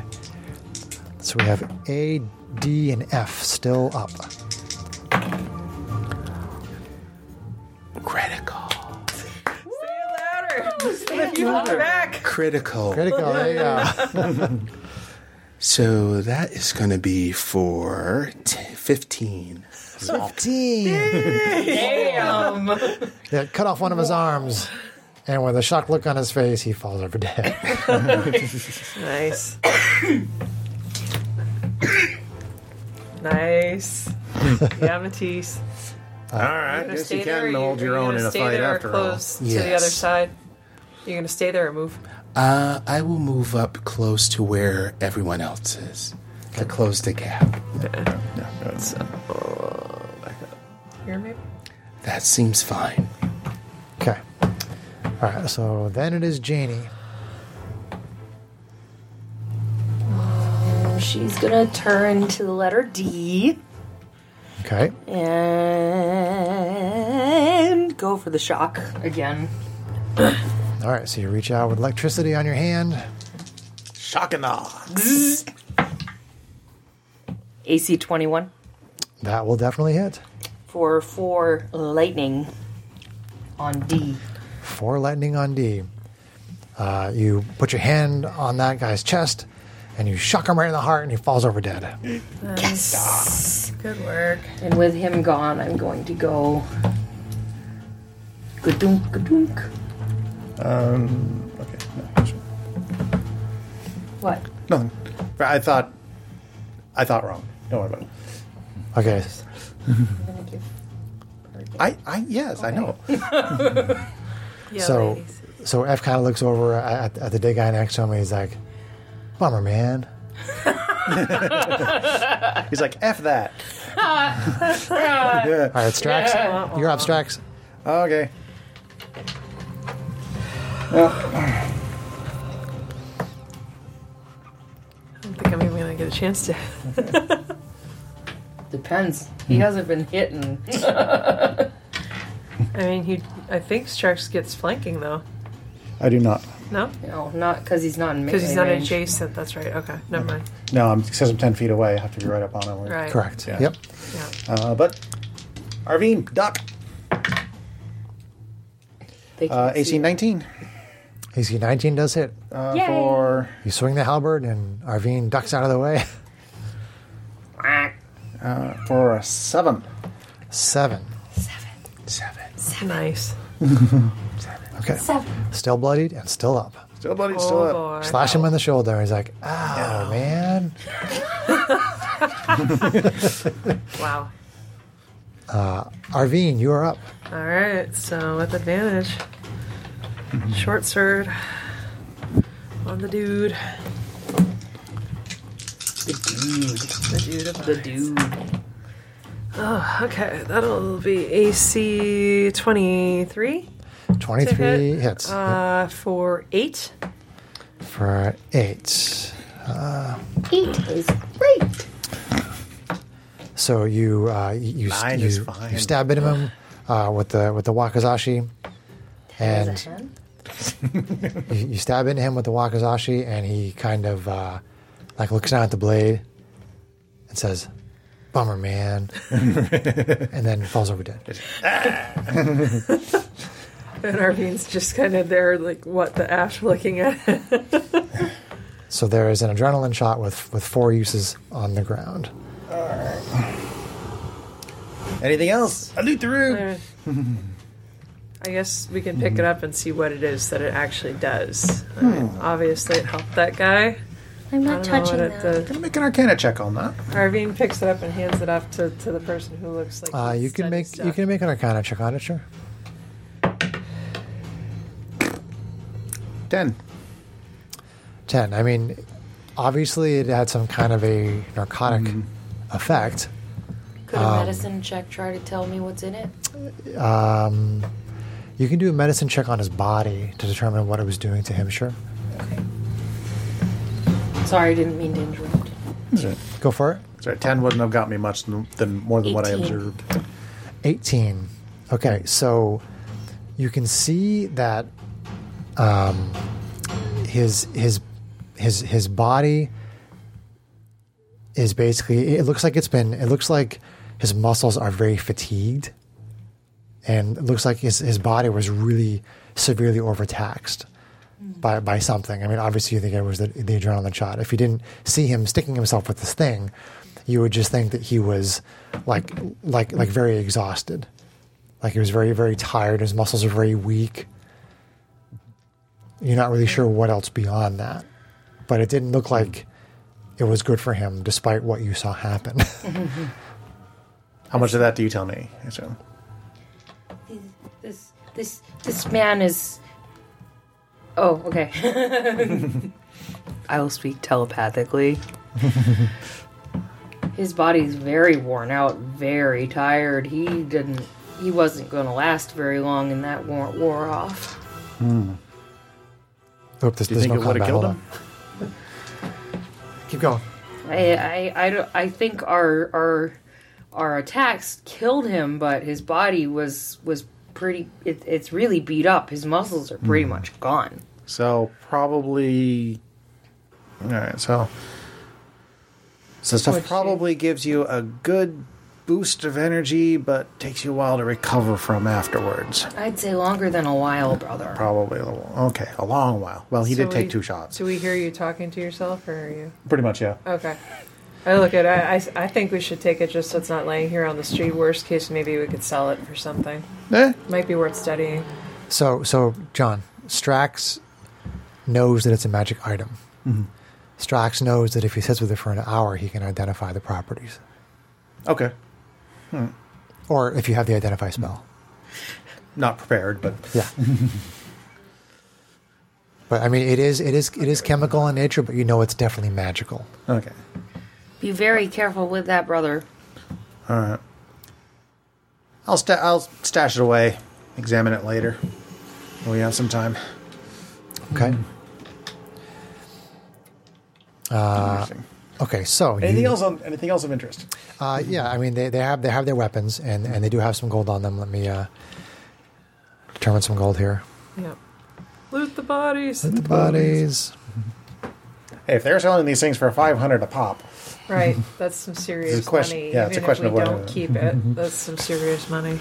Speaker 1: So we have A, D, and F still up.
Speaker 5: Critical.
Speaker 4: [laughs] back.
Speaker 5: Critical.
Speaker 1: Critical. There you [laughs] go.
Speaker 5: So that is going to be for t- 15.
Speaker 1: 15.
Speaker 3: Damn.
Speaker 1: Yeah, cut off one of his arms. And with a shocked look on his face, he falls over dead.
Speaker 4: [coughs] Nice.
Speaker 1: [laughs]
Speaker 4: nice. Yeah, Matisse.
Speaker 2: All right.
Speaker 4: Gonna
Speaker 2: Guess
Speaker 4: stay
Speaker 2: you
Speaker 4: there, or
Speaker 2: can hold
Speaker 4: you-
Speaker 2: your
Speaker 4: you're
Speaker 2: own
Speaker 4: gonna
Speaker 2: in a
Speaker 4: stay
Speaker 2: fight
Speaker 4: there or
Speaker 2: after
Speaker 4: close to the
Speaker 5: Yes.
Speaker 4: other side. You're gonna stay there or move.
Speaker 5: Uh, I will move up close to where everyone else is to close the gap.
Speaker 4: Here, maybe.
Speaker 5: That seems fine.
Speaker 1: Okay. All right. So then it is Janie.
Speaker 3: She's gonna turn to the letter D
Speaker 1: Okay.
Speaker 3: and go for the shock again.
Speaker 1: All right. So you reach out with electricity on your hand.
Speaker 2: all. Shock and awe.
Speaker 3: AC 21
Speaker 1: That will definitely hit.
Speaker 3: for four lightning on D.
Speaker 1: Four lightning on D. Uh, you put your hand on that guy's chest, and you shock him right in the heart, and he falls over dead.
Speaker 4: Good work.
Speaker 3: And with him gone, I'm going to go. Gadunk, gadunk.
Speaker 2: Okay. No, sure.
Speaker 3: What?
Speaker 2: Nothing. I thought. I thought wrong. Don't worry about it.
Speaker 1: Okay.
Speaker 3: I'm gonna give-
Speaker 2: I. I. Yes. I know.
Speaker 4: Yeah,
Speaker 1: So,
Speaker 4: ladies.
Speaker 1: so F kind of looks over at, at the dead guy next to him, and he's like, "Bummer, man."
Speaker 2: He's like f
Speaker 4: [laughs]
Speaker 2: that.
Speaker 4: Oh,
Speaker 2: [laughs]
Speaker 1: All right, Strax, you're up, Strax.
Speaker 2: Okay.
Speaker 4: I don't think I'm even gonna get a chance to. [laughs]
Speaker 2: Hmm.
Speaker 3: Depends. He hasn't been hitting.
Speaker 4: I mean, he. I think Strax gets flanking though.
Speaker 2: I do not.
Speaker 4: No,
Speaker 3: No, not because he's not in
Speaker 4: because he's
Speaker 3: melee
Speaker 4: not
Speaker 3: range.
Speaker 4: adjacent. That's right. Okay, never mind.
Speaker 2: No, I'm, it says I'm 10 feet away. I have to be right up on him.
Speaker 4: Right.
Speaker 1: Correct.
Speaker 2: Yeah.
Speaker 1: Yep.
Speaker 4: Yeah.
Speaker 2: Uh, but Arvine, duck.
Speaker 3: They can
Speaker 2: Uh,
Speaker 3: see
Speaker 2: AC
Speaker 3: it.
Speaker 2: 19
Speaker 1: AC 19 does hit.
Speaker 2: uh,
Speaker 3: Yay.
Speaker 2: for
Speaker 1: You swing the halberd, and Arvine ducks out of the way. [laughs]
Speaker 3: Quack.
Speaker 2: uh, for a seven.
Speaker 1: Seven.
Speaker 5: Seven.
Speaker 4: Nice.
Speaker 1: Okay.
Speaker 6: Seven.
Speaker 1: Still bloodied and still up.
Speaker 2: Still, buddy,
Speaker 4: Oh,
Speaker 2: still up.
Speaker 4: boy.
Speaker 1: Slash him in the shoulder. He's like, "Ow, man!"
Speaker 4: Wow.
Speaker 1: Arvine, you are up.
Speaker 4: All right. So with advantage, short sword on the dude. The dude. The dude. Of
Speaker 3: The dude.
Speaker 4: oh, okay. That'll be AC twenty-three.
Speaker 1: Twenty-three
Speaker 4: hit.
Speaker 1: hits
Speaker 4: Uh, for eight.
Speaker 1: for eight.
Speaker 6: Eight is great.
Speaker 1: So you uh, you
Speaker 2: Mine
Speaker 1: you,
Speaker 2: is
Speaker 1: you
Speaker 2: fine.
Speaker 1: stab into him uh, with the with the wakizashi,
Speaker 3: Is it
Speaker 1: and
Speaker 3: him?
Speaker 1: you, you stab into him with the wakizashi, and he kind of uh, like looks down at the blade and says, "Bummer,
Speaker 2: [laughs]
Speaker 1: man," and then falls over dead.
Speaker 4: And Arvine's just kind of there, like what the ash, looking at it.
Speaker 1: So there is an adrenaline shot with with four uses on the ground.
Speaker 2: Anything else? I loot the room.
Speaker 4: [laughs] I guess we can pick it up and see what it is that it actually does. I mean,
Speaker 1: Hmm.
Speaker 4: obviously, it helped that guy.
Speaker 6: I'm
Speaker 4: I don't
Speaker 6: not touching
Speaker 4: know what it
Speaker 6: that.
Speaker 4: does.
Speaker 2: Gonna make an arcana check on that.
Speaker 4: Arvine picks it up and hands it off to, to the person who looks like.
Speaker 1: Uh,
Speaker 4: he's
Speaker 1: you can
Speaker 4: studied
Speaker 1: make you
Speaker 4: stuff.
Speaker 1: can make an arcana check on it, sure.
Speaker 2: 10.
Speaker 1: 10. I mean, obviously it had some kind of a narcotic
Speaker 2: Mm-hmm.
Speaker 1: effect.
Speaker 3: Could a
Speaker 2: Um,
Speaker 3: medicine check try to tell me what's in it?
Speaker 1: You can do a medicine check on his body to determine what it was doing to him, sure.
Speaker 3: Sorry, I didn't mean to interrupt.
Speaker 1: Go for it.
Speaker 2: Sorry, 10 wouldn't have got me much than, than more than what I
Speaker 3: 18.
Speaker 2: observed.
Speaker 1: 18. Okay, so you can see that um, his his his his body is basically it looks like it's been it looks like his muscles are very fatigued and it looks like his, his body was really severely overtaxed by, by something. I mean, obviously you think it was the, the adrenaline shot. If you didn't see him sticking himself with this thing, you would just think that he was like like like very exhausted. Like he was very very tired. His muscles are very weak. You're not really sure what else beyond that, but it didn't look like it was good for him, despite what you saw happen. [laughs]
Speaker 2: How much of that do you tell me? I assume.
Speaker 3: This this this man is. Oh, okay. [laughs] I will speak telepathically. [laughs] His body's very worn out, very tired. He didn't. He wasn't going to last very long, and that wore, wore off.
Speaker 1: Hope this,
Speaker 2: Do you
Speaker 1: there's
Speaker 2: think
Speaker 1: no
Speaker 2: it would have
Speaker 1: combat.
Speaker 2: killed
Speaker 1: Hold
Speaker 2: him?
Speaker 1: on. Keep going.
Speaker 3: I, I, I, don't- I think our our our attacks killed him, but his body was was pretty. It, it's really beat up. His muscles are pretty much gone.
Speaker 2: So, probably. Alright, so. So, stuff
Speaker 4: What'd she-
Speaker 2: probably gives you a good boost of energy, but takes you a while to recover from afterwards.
Speaker 3: I'd say longer than a while, brother.
Speaker 2: Probably a little. Okay, a long while. Well, he
Speaker 4: So
Speaker 2: did take
Speaker 4: we-
Speaker 2: two shots.
Speaker 4: Do we hear you talking to yourself, or are you
Speaker 2: Pretty much, yeah.
Speaker 4: okay? I look at. I, I, I think we should take it just so it's not laying here on the street. Worst case, maybe we could sell it for something.
Speaker 2: Eh,
Speaker 4: Might be worth studying.
Speaker 1: So, so John Strax knows that it's a magic item. Strax knows that if he sits with it for an hour, he can identify the properties,
Speaker 2: okay.
Speaker 1: or if you have the identify spell.
Speaker 2: Not prepared, but
Speaker 1: Yeah. [laughs] but I mean, it is it is it is chemical in nature, but you know it's definitely magical.
Speaker 2: okay.
Speaker 3: Be very careful with that, brother.
Speaker 2: All right. I'll sta- I'll stash it away. Examine it later. when We have some time.
Speaker 1: Okay.
Speaker 2: Interesting.
Speaker 1: Okay. So you-
Speaker 2: Uh, Anything else on anything else of interest?
Speaker 1: Uh, yeah, I mean they, they have they have their weapons and, and they do have some gold on them. Let me uh, Turn in some gold here.
Speaker 4: Yeah. Loot the bodies.
Speaker 1: The bodies.
Speaker 2: Hey, if they're selling these things for five hundred a pop,
Speaker 4: Right. That's some serious
Speaker 2: It's a question-
Speaker 4: money.
Speaker 2: yeah, it's a
Speaker 4: Even
Speaker 2: question
Speaker 4: if
Speaker 2: of
Speaker 4: we
Speaker 2: whether-
Speaker 4: don't keep it, that's some serious money.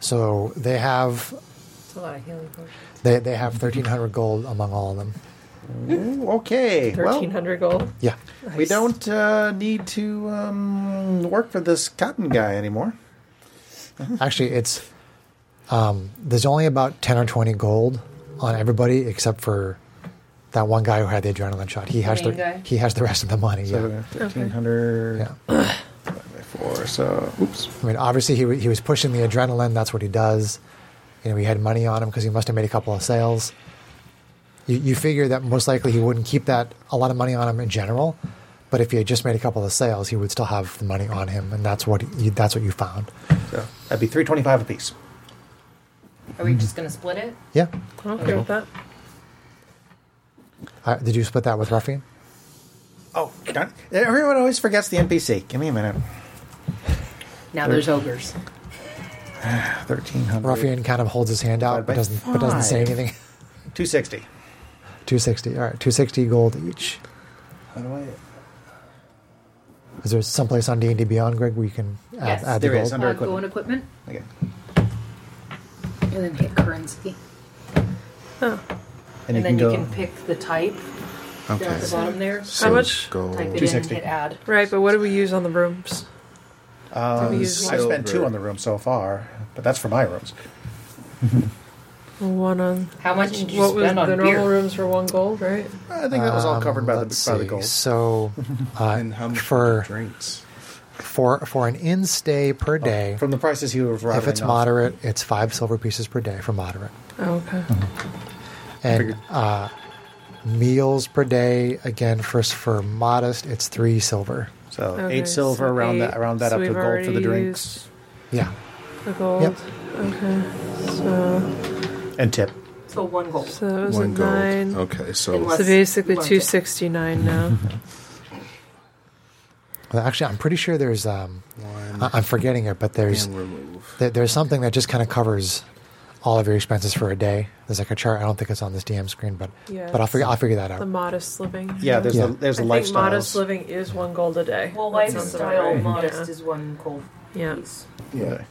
Speaker 1: So they have
Speaker 4: It's a lot of healing potions.
Speaker 1: they, they have thirteen hundred gold among all of them.
Speaker 2: Ooh, okay. Well,
Speaker 4: 1300 gold.
Speaker 1: Yeah.
Speaker 2: we
Speaker 4: Nice.
Speaker 2: don't uh, need to um, work for this cotton guy anymore.
Speaker 1: Actually, it's um, there's only about ten or twenty gold on everybody except for that one guy who had the adrenaline shot. He has
Speaker 3: Main
Speaker 1: the
Speaker 3: guy?
Speaker 1: he has the rest of the money.
Speaker 2: So
Speaker 1: yeah.
Speaker 2: thirteen hundred
Speaker 1: Yeah.
Speaker 2: by four. So oops.
Speaker 1: I mean, obviously he wa- he was pushing the adrenaline. That's what he does. You know, we had money on him because he must have made a couple of sales. You, you figure that most likely he wouldn't keep that a lot of money on him in general, but if he had just made a couple of sales, he would still have the money on him, and that's what you, that's what you found.
Speaker 2: So that'd be three twenty-five apiece.
Speaker 3: Are we just gonna split it?
Speaker 1: Yeah.
Speaker 4: I'm okay with that.
Speaker 1: Uh, did you split that with Ruffian?
Speaker 2: Oh, darn. everyone always forgets the NPC. Give me a minute.
Speaker 3: Now there's ogres.
Speaker 2: Thirteen hundred.
Speaker 1: Ruffian kind of holds his hand out,
Speaker 2: Divided by
Speaker 1: but doesn't but doesn't say
Speaker 2: five.
Speaker 1: anything. [laughs]
Speaker 2: Two sixty.
Speaker 1: Two sixty. All right, two sixty gold each.
Speaker 2: How do I?
Speaker 1: Is there someplace on D and D Beyond, Greg, where you can add,
Speaker 3: Yes,
Speaker 1: add the
Speaker 2: there
Speaker 1: gold?
Speaker 2: is. Under
Speaker 7: Uh, go in equipment
Speaker 2: Okay.
Speaker 7: and then pick currency.
Speaker 2: And,
Speaker 3: And then you
Speaker 2: go.
Speaker 3: can pick the type down at the bottom there.
Speaker 5: So
Speaker 4: How much?
Speaker 5: Gold.
Speaker 3: Type it in and
Speaker 2: 260.
Speaker 3: hit add.
Speaker 4: Right, but what do we use on the brooms?
Speaker 2: Um,
Speaker 4: we use
Speaker 2: I've spent two
Speaker 5: silver?
Speaker 2: on the room so far, but that's for my rooms.
Speaker 4: One on.
Speaker 3: How much did you
Speaker 4: what was
Speaker 3: spend
Speaker 4: the
Speaker 3: on
Speaker 4: normal
Speaker 3: beer?
Speaker 4: rooms for one gold, right?
Speaker 2: I think that was all
Speaker 1: Um,
Speaker 2: covered by, the,
Speaker 1: let's
Speaker 2: by the
Speaker 1: see.
Speaker 2: gold.
Speaker 1: So, uh,
Speaker 5: And how much
Speaker 1: for
Speaker 5: drinks?
Speaker 1: for for an in stay per day,
Speaker 2: From the prices you have
Speaker 1: if it's moderate, it's five silver pieces per day for moderate,
Speaker 4: Oh, okay.
Speaker 2: Uh-huh.
Speaker 1: and uh, meals per day again first for modest, it's three silver.
Speaker 2: So
Speaker 4: Okay,
Speaker 2: eight silver,
Speaker 4: so
Speaker 2: round
Speaker 4: eight.
Speaker 2: that, round that
Speaker 4: So
Speaker 2: up to
Speaker 4: we've
Speaker 2: gold for the
Speaker 4: already
Speaker 2: drinks
Speaker 1: Yeah,
Speaker 4: used The gold.
Speaker 1: Yep.
Speaker 4: Okay. So,
Speaker 2: and tip.
Speaker 3: So one gold.
Speaker 4: so that was a
Speaker 5: One gold.
Speaker 4: nine.
Speaker 5: Okay,
Speaker 3: It
Speaker 5: so
Speaker 3: was-
Speaker 4: So basically
Speaker 3: One tip.
Speaker 2: [laughs]
Speaker 4: 269 now.
Speaker 1: well, actually, I'm pretty sure there's um,
Speaker 5: one
Speaker 1: I- I'm forgetting it, but there's
Speaker 5: and remove.
Speaker 1: there, there's something that just kind of covers all of your expenses for a day. There's like a chart. I don't think it's on this DM screen, but
Speaker 4: Yeah,
Speaker 1: but I'll
Speaker 4: it's
Speaker 1: figure I'll figure that out.
Speaker 4: the modest living.
Speaker 2: Yeah, there's
Speaker 1: Yeah.
Speaker 2: the there's the
Speaker 4: I think
Speaker 2: lifestyle.
Speaker 4: modest living is one gold a day.
Speaker 3: Well,
Speaker 4: That sounds about
Speaker 3: lifestyle
Speaker 4: right.
Speaker 3: modest
Speaker 4: Yeah.
Speaker 3: is one gold
Speaker 4: Yeah.
Speaker 3: piece.
Speaker 5: Yeah.
Speaker 2: Mm-hmm.
Speaker 3: I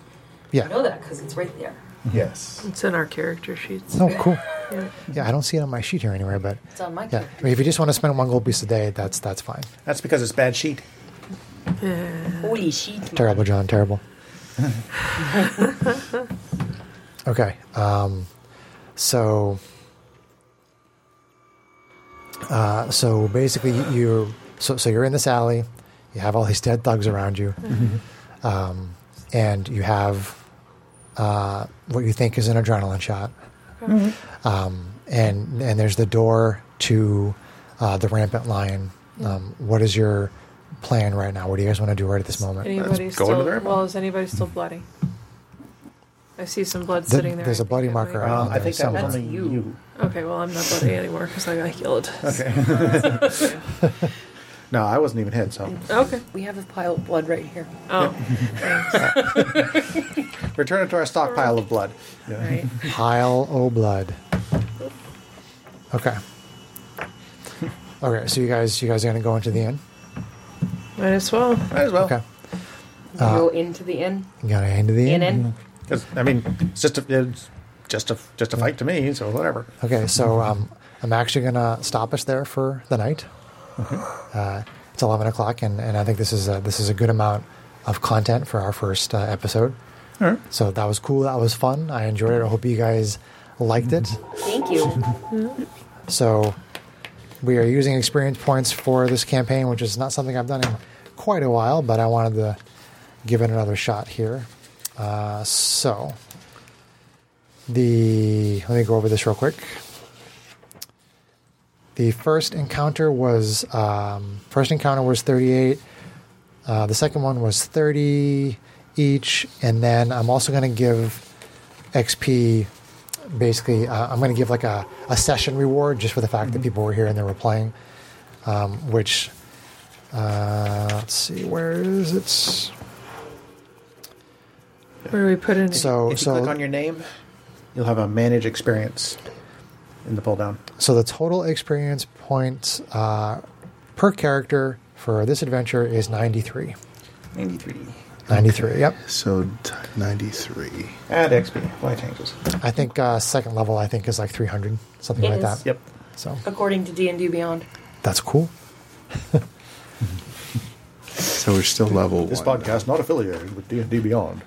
Speaker 1: yeah.
Speaker 3: know that because it's right there.
Speaker 2: Yes.
Speaker 4: It's in our character sheets.
Speaker 1: Oh, cool.
Speaker 4: Yeah.
Speaker 1: Yeah, I don't see it on my sheet here anywhere, but
Speaker 3: It's on my
Speaker 1: yeah.
Speaker 3: character.
Speaker 1: I mean, if you just want to spend one gold piece a day, that's that's fine.
Speaker 2: That's because it's bad sheet.
Speaker 3: Holy shit.
Speaker 1: Terrible, John. Terrible. okay. Um, so, uh, so basically, you- you're so so you're in this alley. You have all these [laughs] dead thugs around you, um, and you have uh, what you think is an adrenaline shot. Um, and and there's the door to uh, the rampant lion. Um, what is your plan right now? What do you guys want to do right at this moment?
Speaker 4: Anybody
Speaker 2: Let's go
Speaker 4: still?
Speaker 2: into the river.
Speaker 4: well, is anybody still bloody? I see some blood
Speaker 1: Th-
Speaker 4: sitting there.
Speaker 1: there's
Speaker 4: a
Speaker 1: a bloody marker
Speaker 2: Uh,
Speaker 1: on
Speaker 2: I think
Speaker 1: there
Speaker 2: that was
Speaker 1: somewhere.
Speaker 2: only you.
Speaker 4: Okay, well, I'm not bloody anymore because I got healed.
Speaker 2: No, I wasn't even hit. So
Speaker 4: Okay.
Speaker 3: We have a pile of blood right here.
Speaker 4: Oh,
Speaker 2: return it to our stockpile of blood.
Speaker 4: right.
Speaker 1: Pile o' blood. Okay. Okay, so you guys, you guys are gonna go into the inn.
Speaker 4: Might as well.
Speaker 2: Might as well.
Speaker 1: Okay,
Speaker 3: go into the inn.
Speaker 1: you gotta into the
Speaker 3: In
Speaker 1: Uh, inn.
Speaker 3: in.
Speaker 2: 'Cause, I mean, it's just a, it's just a just a fight to me. So whatever.
Speaker 1: Okay, so um, I'm actually gonna stop us there for the night. Uh, it's 11 o'clock, and, and I think this is a, this is a good amount of content for our first uh, episode.
Speaker 2: All right.
Speaker 1: So that was cool. That was fun. I enjoyed it. I hope you guys liked it.
Speaker 2: Mm-hmm.
Speaker 3: Thank you.
Speaker 1: So we are using experience points for this campaign, which is not something I've done in quite a while, but I wanted to give it another shot here. Uh, so the let me go over this real quick. The first encounter was um, first encounter was thirty eight. Uh, the second one was 30 each. And then I'm also going to give XP basically, uh, I'm going to give like a, a session reward just for the fact
Speaker 2: Mm-hmm.
Speaker 1: that people were here and they were playing, um, which, uh, let's see, where is it?
Speaker 4: Where do we put in?
Speaker 1: So
Speaker 2: If you click
Speaker 1: so
Speaker 2: on your name, you'll have a manage experience in the pull down.
Speaker 1: so the total experience points uh, per character for this adventure is 93.
Speaker 2: 93.
Speaker 1: 93. Yep.
Speaker 5: So t- 93.
Speaker 2: Add XP. Why changes?
Speaker 1: I think uh, second level I think is like 300, something
Speaker 3: It
Speaker 1: like
Speaker 3: is.
Speaker 1: that.
Speaker 2: Yep.
Speaker 1: So
Speaker 3: according to D and D Beyond.
Speaker 1: that's cool.
Speaker 5: So we're still level
Speaker 2: This
Speaker 5: one.
Speaker 2: podcast not affiliated with D&D Beyond.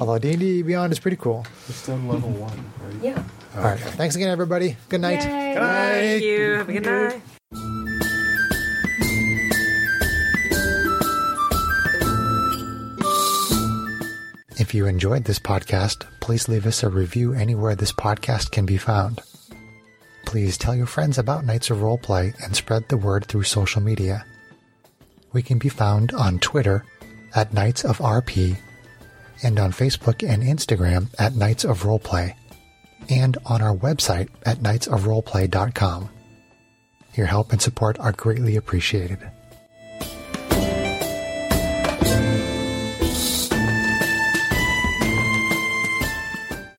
Speaker 1: Although D&D Beyond is pretty cool.
Speaker 2: It's still level one, [laughs] right?
Speaker 3: Yeah.
Speaker 1: All right. Thanks again everybody. Good night.
Speaker 6: Yay.
Speaker 4: Thank you. Have a good night.
Speaker 1: If you enjoyed this podcast, please leave us a review anywhere this podcast can be found. Please tell your friends about Knights of Roleplay and spread the word through social media. We can be found on Twitter at Knights of RP and on Facebook and Instagram at Knights of Roleplay and on our website at knightsofroleplay.com. Your help and support are greatly appreciated.